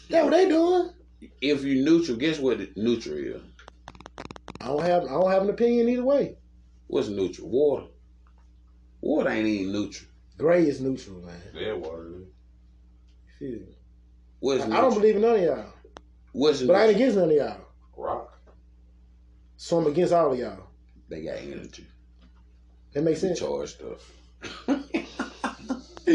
Speaker 2: That what they doing?
Speaker 1: If you neutral, guess what neutral is?
Speaker 2: I don't have. I don't have an opinion either way.
Speaker 1: What's neutral? Water. Water ain't even neutral.
Speaker 2: Gray is neutral, man.
Speaker 5: Yeah, water.
Speaker 2: You feel me?
Speaker 1: What's
Speaker 2: I-
Speaker 1: neutral?
Speaker 2: I don't believe in none of y'all,
Speaker 1: What's
Speaker 2: but I ain't
Speaker 1: neutral?
Speaker 2: against none of y'all.
Speaker 5: Rock.
Speaker 2: So I'm against all of y'all.
Speaker 1: They got energy.
Speaker 2: That makes
Speaker 1: They
Speaker 2: sense.
Speaker 1: charge stuff.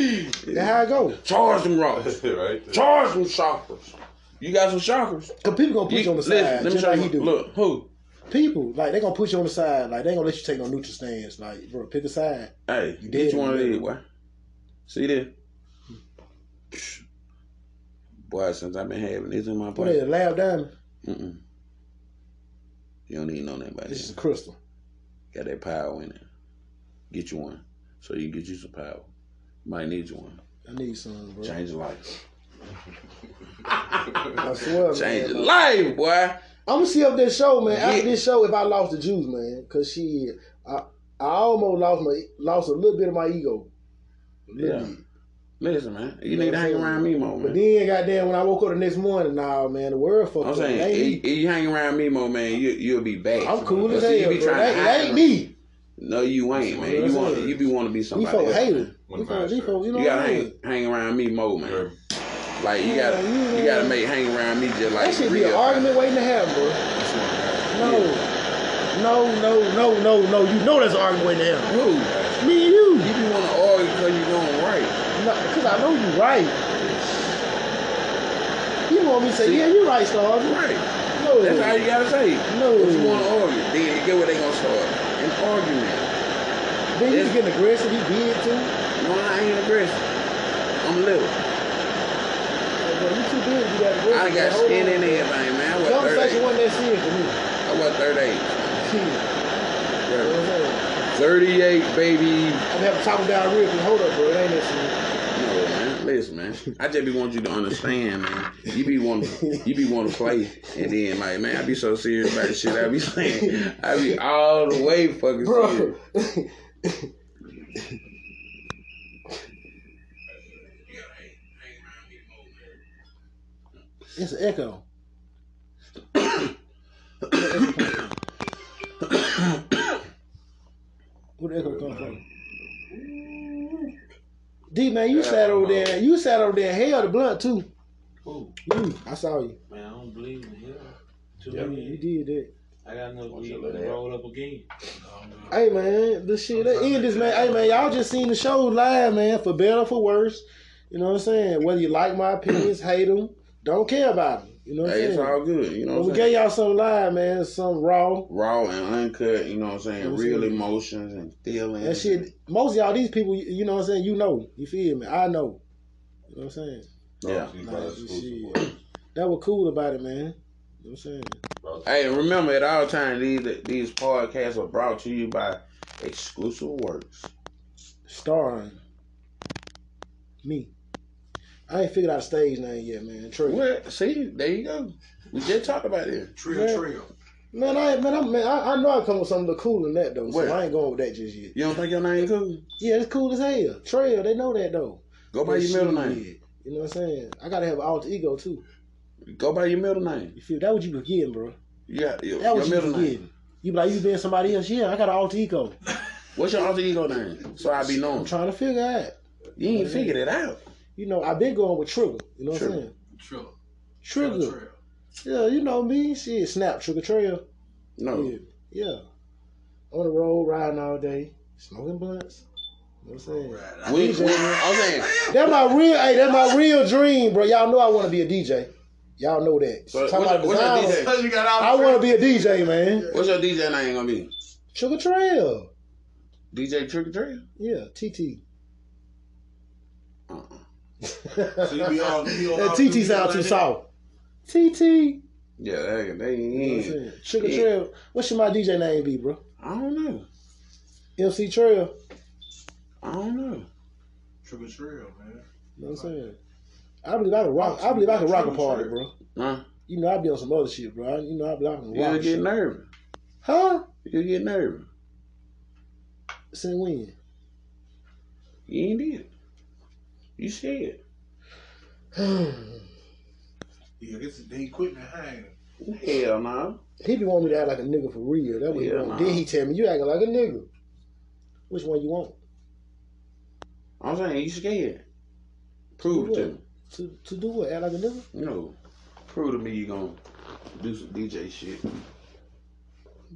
Speaker 2: That's how I go.
Speaker 1: Charge them rocks.
Speaker 5: right there.
Speaker 1: Charge them chakras. You got some chakras.
Speaker 2: Cause people gonna put you, Oh, on the side, just like he do.
Speaker 1: Look, who?
Speaker 2: People like they gonna put you on the side, like they gonna let you take no neutral stance. Like, bro, pick a side.
Speaker 1: Hey,
Speaker 2: You
Speaker 1: you
Speaker 2: did,
Speaker 1: did one of
Speaker 2: you did.
Speaker 1: these, boy. See there? Boy, since I've been having this in my
Speaker 2: Put it
Speaker 1: pocket,
Speaker 2: a lab diamond.
Speaker 1: mm-mm. you don't even know nothing about
Speaker 2: This is
Speaker 1: this.
Speaker 2: a crystal.
Speaker 1: Got that power in it. Get you one, so you get you some power. Might need you one.
Speaker 2: I need some, bro.
Speaker 1: Change your life.
Speaker 2: I swear,
Speaker 1: Change your
Speaker 2: man.
Speaker 1: life, boy.
Speaker 2: I'm gonna see up this show, man. After
Speaker 1: Yeah.
Speaker 2: this show, if I lost the juice, man, cause she, I, I almost lost my, lost a little bit of my ego. A little
Speaker 1: Yeah.
Speaker 2: bit.
Speaker 1: Listen, man, you
Speaker 2: know
Speaker 1: need to
Speaker 2: what
Speaker 1: hang
Speaker 2: I'm
Speaker 1: around me
Speaker 2: saying?
Speaker 1: more, man.
Speaker 2: But then, goddamn, when I woke up the next morning, nah, man, the world fucked
Speaker 1: I'm
Speaker 2: up.
Speaker 1: saying,
Speaker 2: It ain't
Speaker 1: if, if you hang around me more, man, you you'll be back.
Speaker 2: me. I'm cool
Speaker 1: But
Speaker 2: as
Speaker 1: see,
Speaker 2: hell,
Speaker 1: you be
Speaker 2: bro.
Speaker 1: trying
Speaker 2: That,
Speaker 1: to
Speaker 2: that
Speaker 1: hide
Speaker 2: ain't
Speaker 1: from-
Speaker 2: me.
Speaker 1: No, you ain't, man. You want you be want to be
Speaker 2: We
Speaker 1: somebody.
Speaker 2: folk
Speaker 1: else.
Speaker 2: hated. We
Speaker 5: When the
Speaker 2: folk,
Speaker 5: vibes
Speaker 2: we folk, you know
Speaker 1: You
Speaker 2: what
Speaker 1: gotta
Speaker 2: I
Speaker 1: hang,
Speaker 2: mean?
Speaker 1: hang around me more, man. Like you gotta
Speaker 2: Yeah,
Speaker 1: you
Speaker 2: yeah.
Speaker 1: gotta make hang around me just like
Speaker 2: That should be
Speaker 1: real.
Speaker 2: an argument waiting to happen, bro. No, no, no, no, no, no. You know that's an argument waiting to happen.
Speaker 1: Who?
Speaker 2: Me and you.
Speaker 1: You be want to argue because you doing right.
Speaker 2: No, because I know you right. You want me to say, yeah, you right, Star. No,
Speaker 1: Right. That's how you gotta say. it.
Speaker 2: No.
Speaker 1: If you want to argue, then get what they gonna start an argument.
Speaker 2: then you getting aggressive. He did too. Like,
Speaker 1: No, I ain't aggressive. I'm little.
Speaker 2: bro, you too big to be that aggressive.
Speaker 1: I done got
Speaker 2: Hold
Speaker 1: skin
Speaker 2: on.
Speaker 1: and everything, man. I was
Speaker 2: Conversation
Speaker 1: 38.
Speaker 2: wasn't that serious for me.
Speaker 1: I was 38.
Speaker 2: Shit, you know what I'm saying?
Speaker 1: 38, baby.
Speaker 2: I'm gonna have to talk him down real quick. Hold up, bro. It ain't that serious.
Speaker 1: No, man. Listen, man. I just be want you to understand, man. You be want to, you be want to play, and then like, man, I be so serious about the shit I be saying. I be all the way fucking serious.
Speaker 2: Bro. It's an echo. Where the echo come from? D man, you sat over there. You sat over there and held the blunt too.
Speaker 3: Who?
Speaker 2: You, Mm, I saw you.
Speaker 3: Man, I don't believe in hell. Too
Speaker 5: Yeah.
Speaker 2: You
Speaker 3: many.
Speaker 2: did that.
Speaker 3: I got enough
Speaker 5: Watch
Speaker 3: weed
Speaker 5: your
Speaker 3: to
Speaker 5: leg.
Speaker 3: roll up again.
Speaker 2: Hey man, this shit. That end this man. Hey man, y'all just seen the show live, man. For better, or for worse. You know what I'm saying. Whether you like my opinions, hate them, don't care about them. You know what I'm
Speaker 1: Hey, it's
Speaker 2: saying.
Speaker 1: all good. You know
Speaker 2: But
Speaker 1: what
Speaker 2: we
Speaker 1: I'm
Speaker 2: gave
Speaker 1: saying?
Speaker 2: y'all something live, man. Something raw.
Speaker 1: Raw and uncut. You know what I'm saying?
Speaker 2: Yes,
Speaker 1: Real
Speaker 2: sir.
Speaker 1: emotions and feelings.
Speaker 2: That shit. Most of y'all, these people, you you know what I'm saying. You know, you feel me? I know. You know what I'm saying.
Speaker 1: Yeah.
Speaker 5: She's probably
Speaker 2: Nah, she-
Speaker 5: exclusive boy.
Speaker 2: That was cool about it, man. You know what I'm saying.
Speaker 5: Bro,
Speaker 1: Hey, remember at all times these these podcasts are brought to you by Exclusive Works.
Speaker 2: Starring me. I ain't figured out a stage name yet, man. True.
Speaker 1: What? See, there you go. We just talked about it.
Speaker 4: Trill,
Speaker 2: Yeah.
Speaker 4: trill.
Speaker 2: Man, I man, I, man, I, I know I come with something cool than that though, so
Speaker 1: What?
Speaker 2: I ain't going with that just yet.
Speaker 1: You don't think your name cool?
Speaker 2: Yeah, it's cool as hell. Trail, they know that though.
Speaker 1: Go by
Speaker 2: But
Speaker 1: your middle
Speaker 2: shit,
Speaker 1: name.
Speaker 2: You know what I'm saying? I gotta have an alter ego too.
Speaker 1: Go by your middle name.
Speaker 2: You feel that? What you be getting, bro?
Speaker 1: Yeah, your,
Speaker 2: That
Speaker 1: your
Speaker 2: what you
Speaker 1: middle
Speaker 2: be
Speaker 1: name.
Speaker 2: getting? You be like, you being somebody else? Yeah, I got an alter ego.
Speaker 1: What's your alter ego name? So I be
Speaker 2: I'm
Speaker 1: known.
Speaker 2: trying to figure out.
Speaker 1: You ain't figured it out.
Speaker 2: You know, I've been going with Trigger. You know what
Speaker 1: Trigger.
Speaker 2: I'm saying?
Speaker 4: Trill.
Speaker 2: Trigger. Yeah, you know me. Shit, snap, Trigger Trail.
Speaker 1: No.
Speaker 2: Yeah. yeah. On the road, riding all day, smoking blunts. You know what I'm saying?
Speaker 4: Right.
Speaker 1: We, we, I'm
Speaker 2: DJ.
Speaker 1: saying.
Speaker 2: That's my real. Hey, that's my real dream, bro. Y'all know I want to be a DJ. Y'all know that.
Speaker 1: So
Speaker 2: Talking
Speaker 1: what's-
Speaker 2: about
Speaker 1: what's your
Speaker 2: design,
Speaker 1: DJ?
Speaker 4: you got all
Speaker 2: I want to be a DJ, man.
Speaker 1: What's your DJ name gonna be?
Speaker 2: Sugar Trail.
Speaker 1: DJ Trick or Trail?
Speaker 2: Yeah, TT.
Speaker 1: Uh-uh.
Speaker 4: So you be all- you be all
Speaker 2: that
Speaker 4: out
Speaker 2: TT
Speaker 4: doing
Speaker 2: sound
Speaker 4: like
Speaker 2: too
Speaker 4: that?
Speaker 2: soft. TT.
Speaker 1: Yeah, that, they
Speaker 2: You know what I'm
Speaker 1: ain't.
Speaker 2: saying? Sugar
Speaker 1: Yeah.
Speaker 2: Trail. What should my DJ name be, bro?
Speaker 1: I don't know.
Speaker 2: MC Trail.
Speaker 1: I don't know.
Speaker 4: Trill, trill, man.
Speaker 2: You know what I'm saying? I believe I can rock. I believe I can rock a party, bro.
Speaker 1: Huh?
Speaker 2: You know I be on some other shit, bro. I- You know I be I can rock.
Speaker 1: You'll
Speaker 2: shit.
Speaker 1: get nervous.
Speaker 2: Huh?
Speaker 1: You'll get nervous.
Speaker 2: Since when?
Speaker 1: You ain't did. it. You said.
Speaker 4: Yeah, this is they quit behind.
Speaker 1: Hell no.
Speaker 2: He be wanting me to act like a nigga for real. That was
Speaker 1: Yeah,
Speaker 2: one.
Speaker 1: nah.
Speaker 2: Then he tell me you acting like a nigga. Which one you want?
Speaker 1: I'm saying you scared. Prove it to me.
Speaker 2: To to do what? Act like a nigga?
Speaker 1: No. Prove to me you gonna do some DJ shit.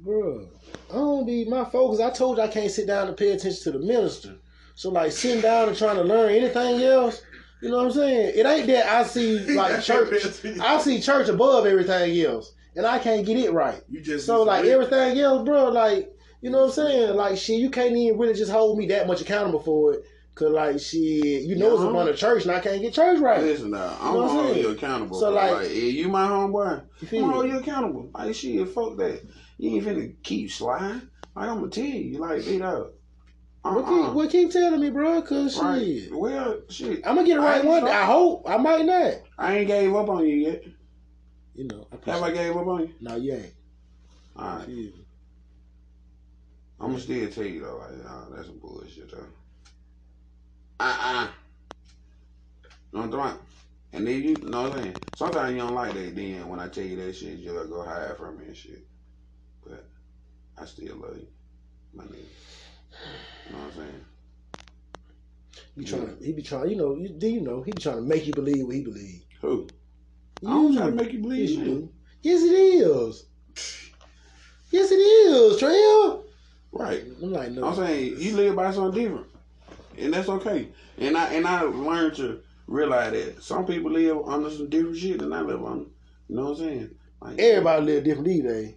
Speaker 2: Bruh. I don't be my focus. I told you I can't sit down and pay attention to the minister. So like sitting down and trying to learn anything else, you know what I'm saying? It ain't that I see like church. I see church above everything else. And I can't get it right.
Speaker 4: You just
Speaker 2: So like everything else, bro, like you know what I'm saying? Like shit, you can't even really just hold me that much accountable for it. Cause like shit, you know it's
Speaker 1: Yeah.
Speaker 2: a run of church and I can't get church right.
Speaker 1: Listen now, I'm
Speaker 2: You know
Speaker 1: gonna
Speaker 2: what I'm
Speaker 1: hold
Speaker 2: saying?
Speaker 1: you accountable.
Speaker 2: So,
Speaker 1: So like,
Speaker 2: like-
Speaker 1: if you my homeboy,
Speaker 2: You
Speaker 1: I'm
Speaker 2: feel
Speaker 1: gonna hold
Speaker 2: me?
Speaker 1: you accountable. Like shit, fuck that. You ain't finna keep sliding. Like I'm gonna tell you, like beat up. Uh-uh.
Speaker 2: Well keep, well, keep telling me, bro, cause
Speaker 1: right.
Speaker 2: shit.
Speaker 1: Well, shit,
Speaker 2: I'm gonna get it
Speaker 1: I
Speaker 2: right
Speaker 1: ain't
Speaker 2: one day.
Speaker 1: trying.
Speaker 2: I hope. I might not.
Speaker 1: I ain't gave up on you yet.
Speaker 2: You know, I
Speaker 1: Have I
Speaker 2: appreciate
Speaker 1: gave up on you?
Speaker 2: No, you ain't.
Speaker 1: All right,
Speaker 2: Yeah.
Speaker 1: I'm gonna still tell you though. Like, nah, that's some bullshit though. Uh uh. You know what I'm talking about? And then you, you know what I'm saying? Sometimes you don't like that. Then when I tell you that shit, you'll go hide from me and shit. But I still love you, my nigga. You know what I'm saying?
Speaker 2: He be trying. He be trying. You know. You, then you know. He be trying to make you believe what he believe.
Speaker 1: Who? I don't
Speaker 2: You.
Speaker 1: try to make you believe
Speaker 2: Yes, you
Speaker 1: shit.
Speaker 2: do. Yes, it is. Yes, it is. Trail.
Speaker 1: Right.
Speaker 2: I'm like no.
Speaker 1: I'm saying you live by something different, and that's okay. And I and I learned to realize that some people live under some different shit than I live on. You know what I'm saying? Like
Speaker 2: Everybody live different these days.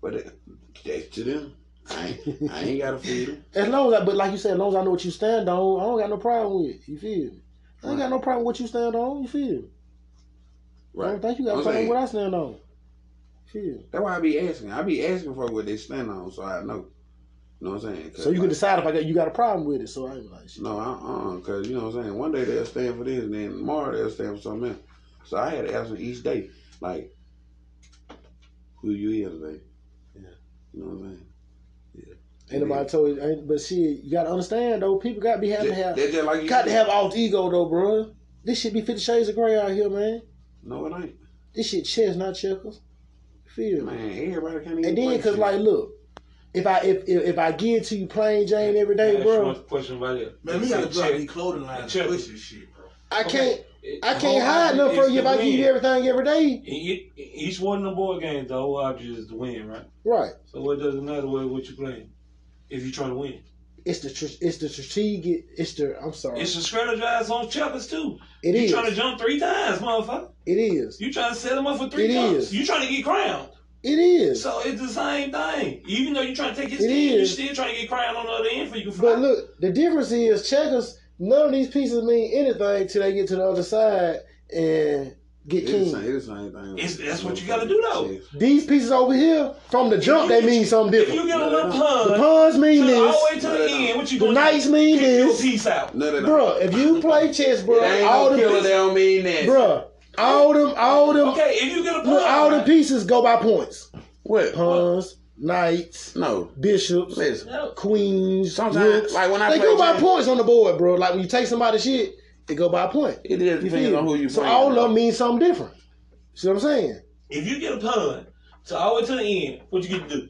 Speaker 1: but that, that's to them. I ain't, I ain't gotta feed them.
Speaker 2: As long as, I, but like you said, as long as I know what you stand on, I don't got no problem with it. You feel me? I ain't got no problem with what you stand on. You feel me? I
Speaker 1: Right.
Speaker 2: don't think you got
Speaker 1: I'm
Speaker 2: a problem
Speaker 1: saying-
Speaker 2: with what I stand on. Feel me?
Speaker 1: That's why I be asking. I be asking for what they stand on, so I know. You know what I'm saying? 'Cause
Speaker 2: So you can
Speaker 1: like,
Speaker 2: decide if I got you got a problem with it. So I ain't like shit.
Speaker 1: no, uh, uh, cause you know what I'm saying. One day they'll stand for this, and then tomorrow they'll stand for something else. So I had to ask them each day, like, who you is today?
Speaker 2: Yeah.
Speaker 1: You know what I'm saying?
Speaker 2: Ain't nobody told you. Ain't, but shit, you gotta understand though. People gotta be happy to have.
Speaker 1: They just like you.
Speaker 2: Got to
Speaker 1: said.
Speaker 2: have alt ego though, bro. This should be Fifty Shades of Grey out here, man.
Speaker 1: No, it ain't.
Speaker 2: This shit chess, not checkers. Feel me?
Speaker 1: Man, everybody can't even.
Speaker 2: And then,
Speaker 1: play
Speaker 2: cause
Speaker 1: shit.
Speaker 2: like, look, if I if if, if I give to you plain Jane every day, bro,
Speaker 3: Question about it.
Speaker 4: man, we
Speaker 3: Say
Speaker 4: gotta drop
Speaker 3: check.
Speaker 4: these clothing lines
Speaker 3: Check.
Speaker 4: and push this shit, bro.
Speaker 2: I can't
Speaker 3: It-
Speaker 2: I
Speaker 3: the
Speaker 2: can't
Speaker 3: whole
Speaker 2: hide nothing
Speaker 3: object
Speaker 2: from
Speaker 3: is
Speaker 2: you if
Speaker 3: to
Speaker 2: I give you
Speaker 3: win.
Speaker 2: everything every day.
Speaker 3: E- e- Each one of the board games, the whole object is to win, right?
Speaker 2: Right.
Speaker 3: So what does it matter what, what you playing if you're trying to win?
Speaker 2: It's the tr- it's the strategic. It's the I'm sorry.
Speaker 3: It's a strategize on checkers too.
Speaker 2: It
Speaker 3: you
Speaker 2: is.
Speaker 3: trying to jump three times, motherfucker.
Speaker 2: It is.
Speaker 3: You trying to set them up for three
Speaker 2: It
Speaker 3: jumps.
Speaker 2: is.
Speaker 3: You trying to get crowned.
Speaker 2: It is.
Speaker 3: So it's the same thing. Even though you're trying to take his
Speaker 2: It
Speaker 3: team, you're
Speaker 2: is.
Speaker 3: still trying to get crowned on the other end for you can fly.
Speaker 2: But look, the difference is checkers. None of these pieces mean anything till they get to the other side, and get
Speaker 6: It's
Speaker 2: king.
Speaker 6: the same- it's the same thing.
Speaker 3: It's- that's what you gotta do, though.
Speaker 6: Yes.
Speaker 2: These pieces over here, from the jump, they mean something
Speaker 3: If you
Speaker 2: different.
Speaker 3: get a little
Speaker 2: The
Speaker 3: pun,
Speaker 2: puns
Speaker 3: to
Speaker 2: mean
Speaker 3: the, all the way
Speaker 2: this.
Speaker 3: to the end, what you
Speaker 2: The
Speaker 3: gonna
Speaker 2: knights
Speaker 3: do?
Speaker 2: mean
Speaker 3: Pick your
Speaker 2: this.
Speaker 3: piece out.
Speaker 6: None of that.
Speaker 2: Bruh, if you play chess, bruh,
Speaker 1: They ain't no
Speaker 2: all the
Speaker 1: killer. They
Speaker 2: pieces,
Speaker 1: don't mean that.
Speaker 2: bruh, all them, all them,
Speaker 3: Okay, if you get a pun,
Speaker 2: look, all the pieces go by points.
Speaker 1: What?
Speaker 2: Puns, knights,
Speaker 1: No.
Speaker 2: bishops,
Speaker 1: Listen.
Speaker 2: queens,
Speaker 1: Sometimes,
Speaker 2: rooks.
Speaker 1: like, when I
Speaker 2: they
Speaker 1: play
Speaker 2: go by
Speaker 1: chess-
Speaker 2: points on the board, bro. Like when you take somebody's shit, it go by a point.
Speaker 1: It just
Speaker 2: You
Speaker 1: depends
Speaker 2: feel
Speaker 1: on
Speaker 2: me?
Speaker 1: who you
Speaker 2: So
Speaker 1: playing.
Speaker 2: all of them mean something different. See what I'm saying?
Speaker 3: if you get a pun, to all the way to the end, what you get to do?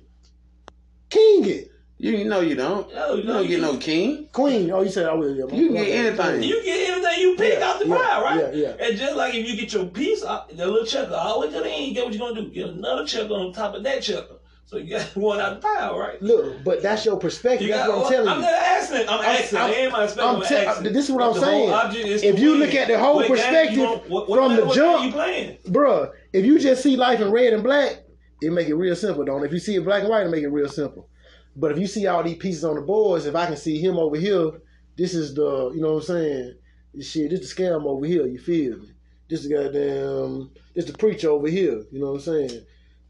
Speaker 2: King it,
Speaker 1: You know you don't.
Speaker 3: No,
Speaker 1: You don't get no king.
Speaker 2: queen. Oh, you said I will.
Speaker 1: You can get anything.
Speaker 3: You get everything you pick
Speaker 2: Yeah,
Speaker 3: out the
Speaker 2: yeah,
Speaker 3: pile, right?
Speaker 2: yeah, yeah.
Speaker 3: And just like if you get your piece, out, the little checker, all the way to the end, get what you gonna do? Get another checker on top of that checker. So you got one out the pile, right?
Speaker 2: Look, but that's your perspective.
Speaker 3: You
Speaker 2: That's
Speaker 3: got,
Speaker 2: what I'm telling
Speaker 3: I'm
Speaker 2: you.
Speaker 3: not asking. I'm asking.
Speaker 2: I'm-
Speaker 3: I am asking.
Speaker 2: I'm
Speaker 3: I'm
Speaker 2: te-
Speaker 3: asking.
Speaker 2: this is what I'm
Speaker 3: The whole
Speaker 2: saying.
Speaker 3: object is
Speaker 2: If
Speaker 3: to
Speaker 2: you
Speaker 3: win.
Speaker 2: look at the whole
Speaker 3: What game you
Speaker 2: perspective
Speaker 3: gonna- what- what
Speaker 2: from
Speaker 3: matter
Speaker 2: the
Speaker 3: what game
Speaker 2: jump-
Speaker 3: you playing?
Speaker 2: Bruh, if you just see life in red and black, it make it real simple, don't it? If you see it black and white, it make it real simple. But if you see all these pieces on the boards, if I can see him over here, this is the, you know what I'm saying? This shit, this the scam over here, you feel me? This the goddamn, this the preacher over here, you know what I'm saying?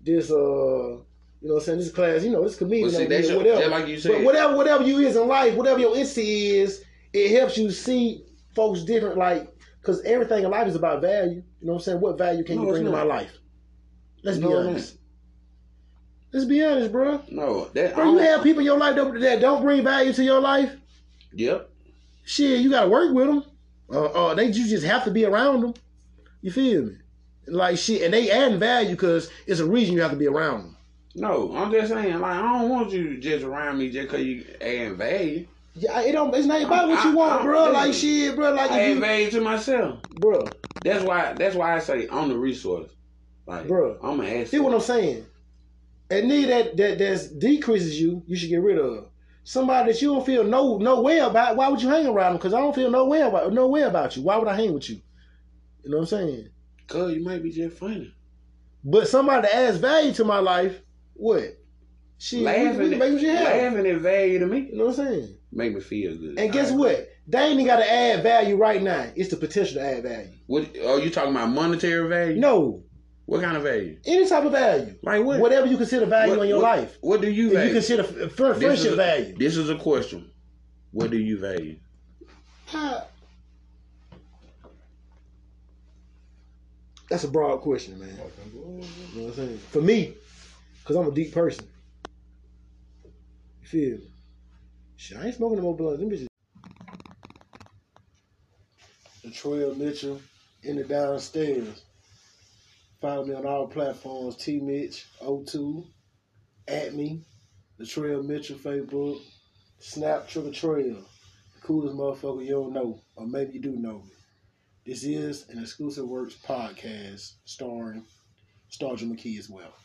Speaker 2: This, uh, you know what I'm saying? This class, you know, this comedian
Speaker 1: Well, see,
Speaker 2: over
Speaker 1: that's
Speaker 2: here,
Speaker 1: your-
Speaker 2: whatever.
Speaker 1: just like you said.
Speaker 2: But whatever, whatever you is in life, whatever your entity is, it helps you see folks different, like, because everything in life is about value. You know what I'm saying? What value can
Speaker 1: No,
Speaker 2: you
Speaker 1: it's
Speaker 2: bring to my
Speaker 1: not.
Speaker 2: life? Let's
Speaker 1: No,
Speaker 2: be
Speaker 1: it
Speaker 2: honest. Let's be honest, bro.
Speaker 1: No. That. I
Speaker 2: Bro, you
Speaker 1: don't-
Speaker 2: have people in your life that, that don't bring value to your life.
Speaker 1: Yep.
Speaker 2: Shit, you gotta work with them. Uh, uh, they you just have to be around them. You feel me? Like shit, and they adding value because it's a reason you have to be around them.
Speaker 1: No. I'm just saying. Like I don't want you just around me just cause you adding value.
Speaker 2: Yeah, it don't. It's not about what
Speaker 1: I-
Speaker 2: you want,
Speaker 1: I-
Speaker 2: bro.
Speaker 1: I-
Speaker 2: Like shit, bro. Like
Speaker 1: I
Speaker 2: if
Speaker 1: add
Speaker 2: you,
Speaker 1: value to myself.
Speaker 2: bro.
Speaker 1: That's why. That's why I say I'm the resource. Like,
Speaker 2: Bruh.
Speaker 1: I'm an asset.
Speaker 2: See what I'm saying? And need that that that's decreases you, you should get rid of. Somebody that you don't feel no no way about, why would you hang around them? Because I don't feel no way about no way about you. Why would I hang with you? You know what I'm saying?
Speaker 1: Cause you might be just funny.
Speaker 2: But somebody that adds value to my life, what? Shit,
Speaker 1: Laughing,
Speaker 2: we, we can make some shit happen.
Speaker 1: laughing is value to me.
Speaker 2: You know what I'm saying?
Speaker 1: Make me feel good.
Speaker 2: And guess
Speaker 1: All right.
Speaker 2: what? They ain't even got to add value right now. It's the potential to add value.
Speaker 1: What? Are you talking about monetary value?
Speaker 2: No,
Speaker 1: What kind of value?
Speaker 2: any type of value,
Speaker 1: Like what?
Speaker 2: whatever you consider value
Speaker 1: What-
Speaker 2: in your
Speaker 1: what-
Speaker 2: life,
Speaker 1: What do you
Speaker 2: if
Speaker 1: value?
Speaker 2: you consider f- f- friendship
Speaker 1: This is a-
Speaker 2: value.
Speaker 1: This is a question. What do you value?
Speaker 2: How- That's a broad question, man. You know what I'm saying? For me, because I'm a deep person. You feel me? Shit, I ain't smoking no more blunts. Them bitches. The Trail Mitchell in the downstairs. Follow me on all platforms T Mitch, O2, at me, The Trail Mitchell, Facebook, Snap Trigger Trail coolest motherfucker you don't know, or maybe you do know me. This is an exclusive works podcast starring Starger McKee as well.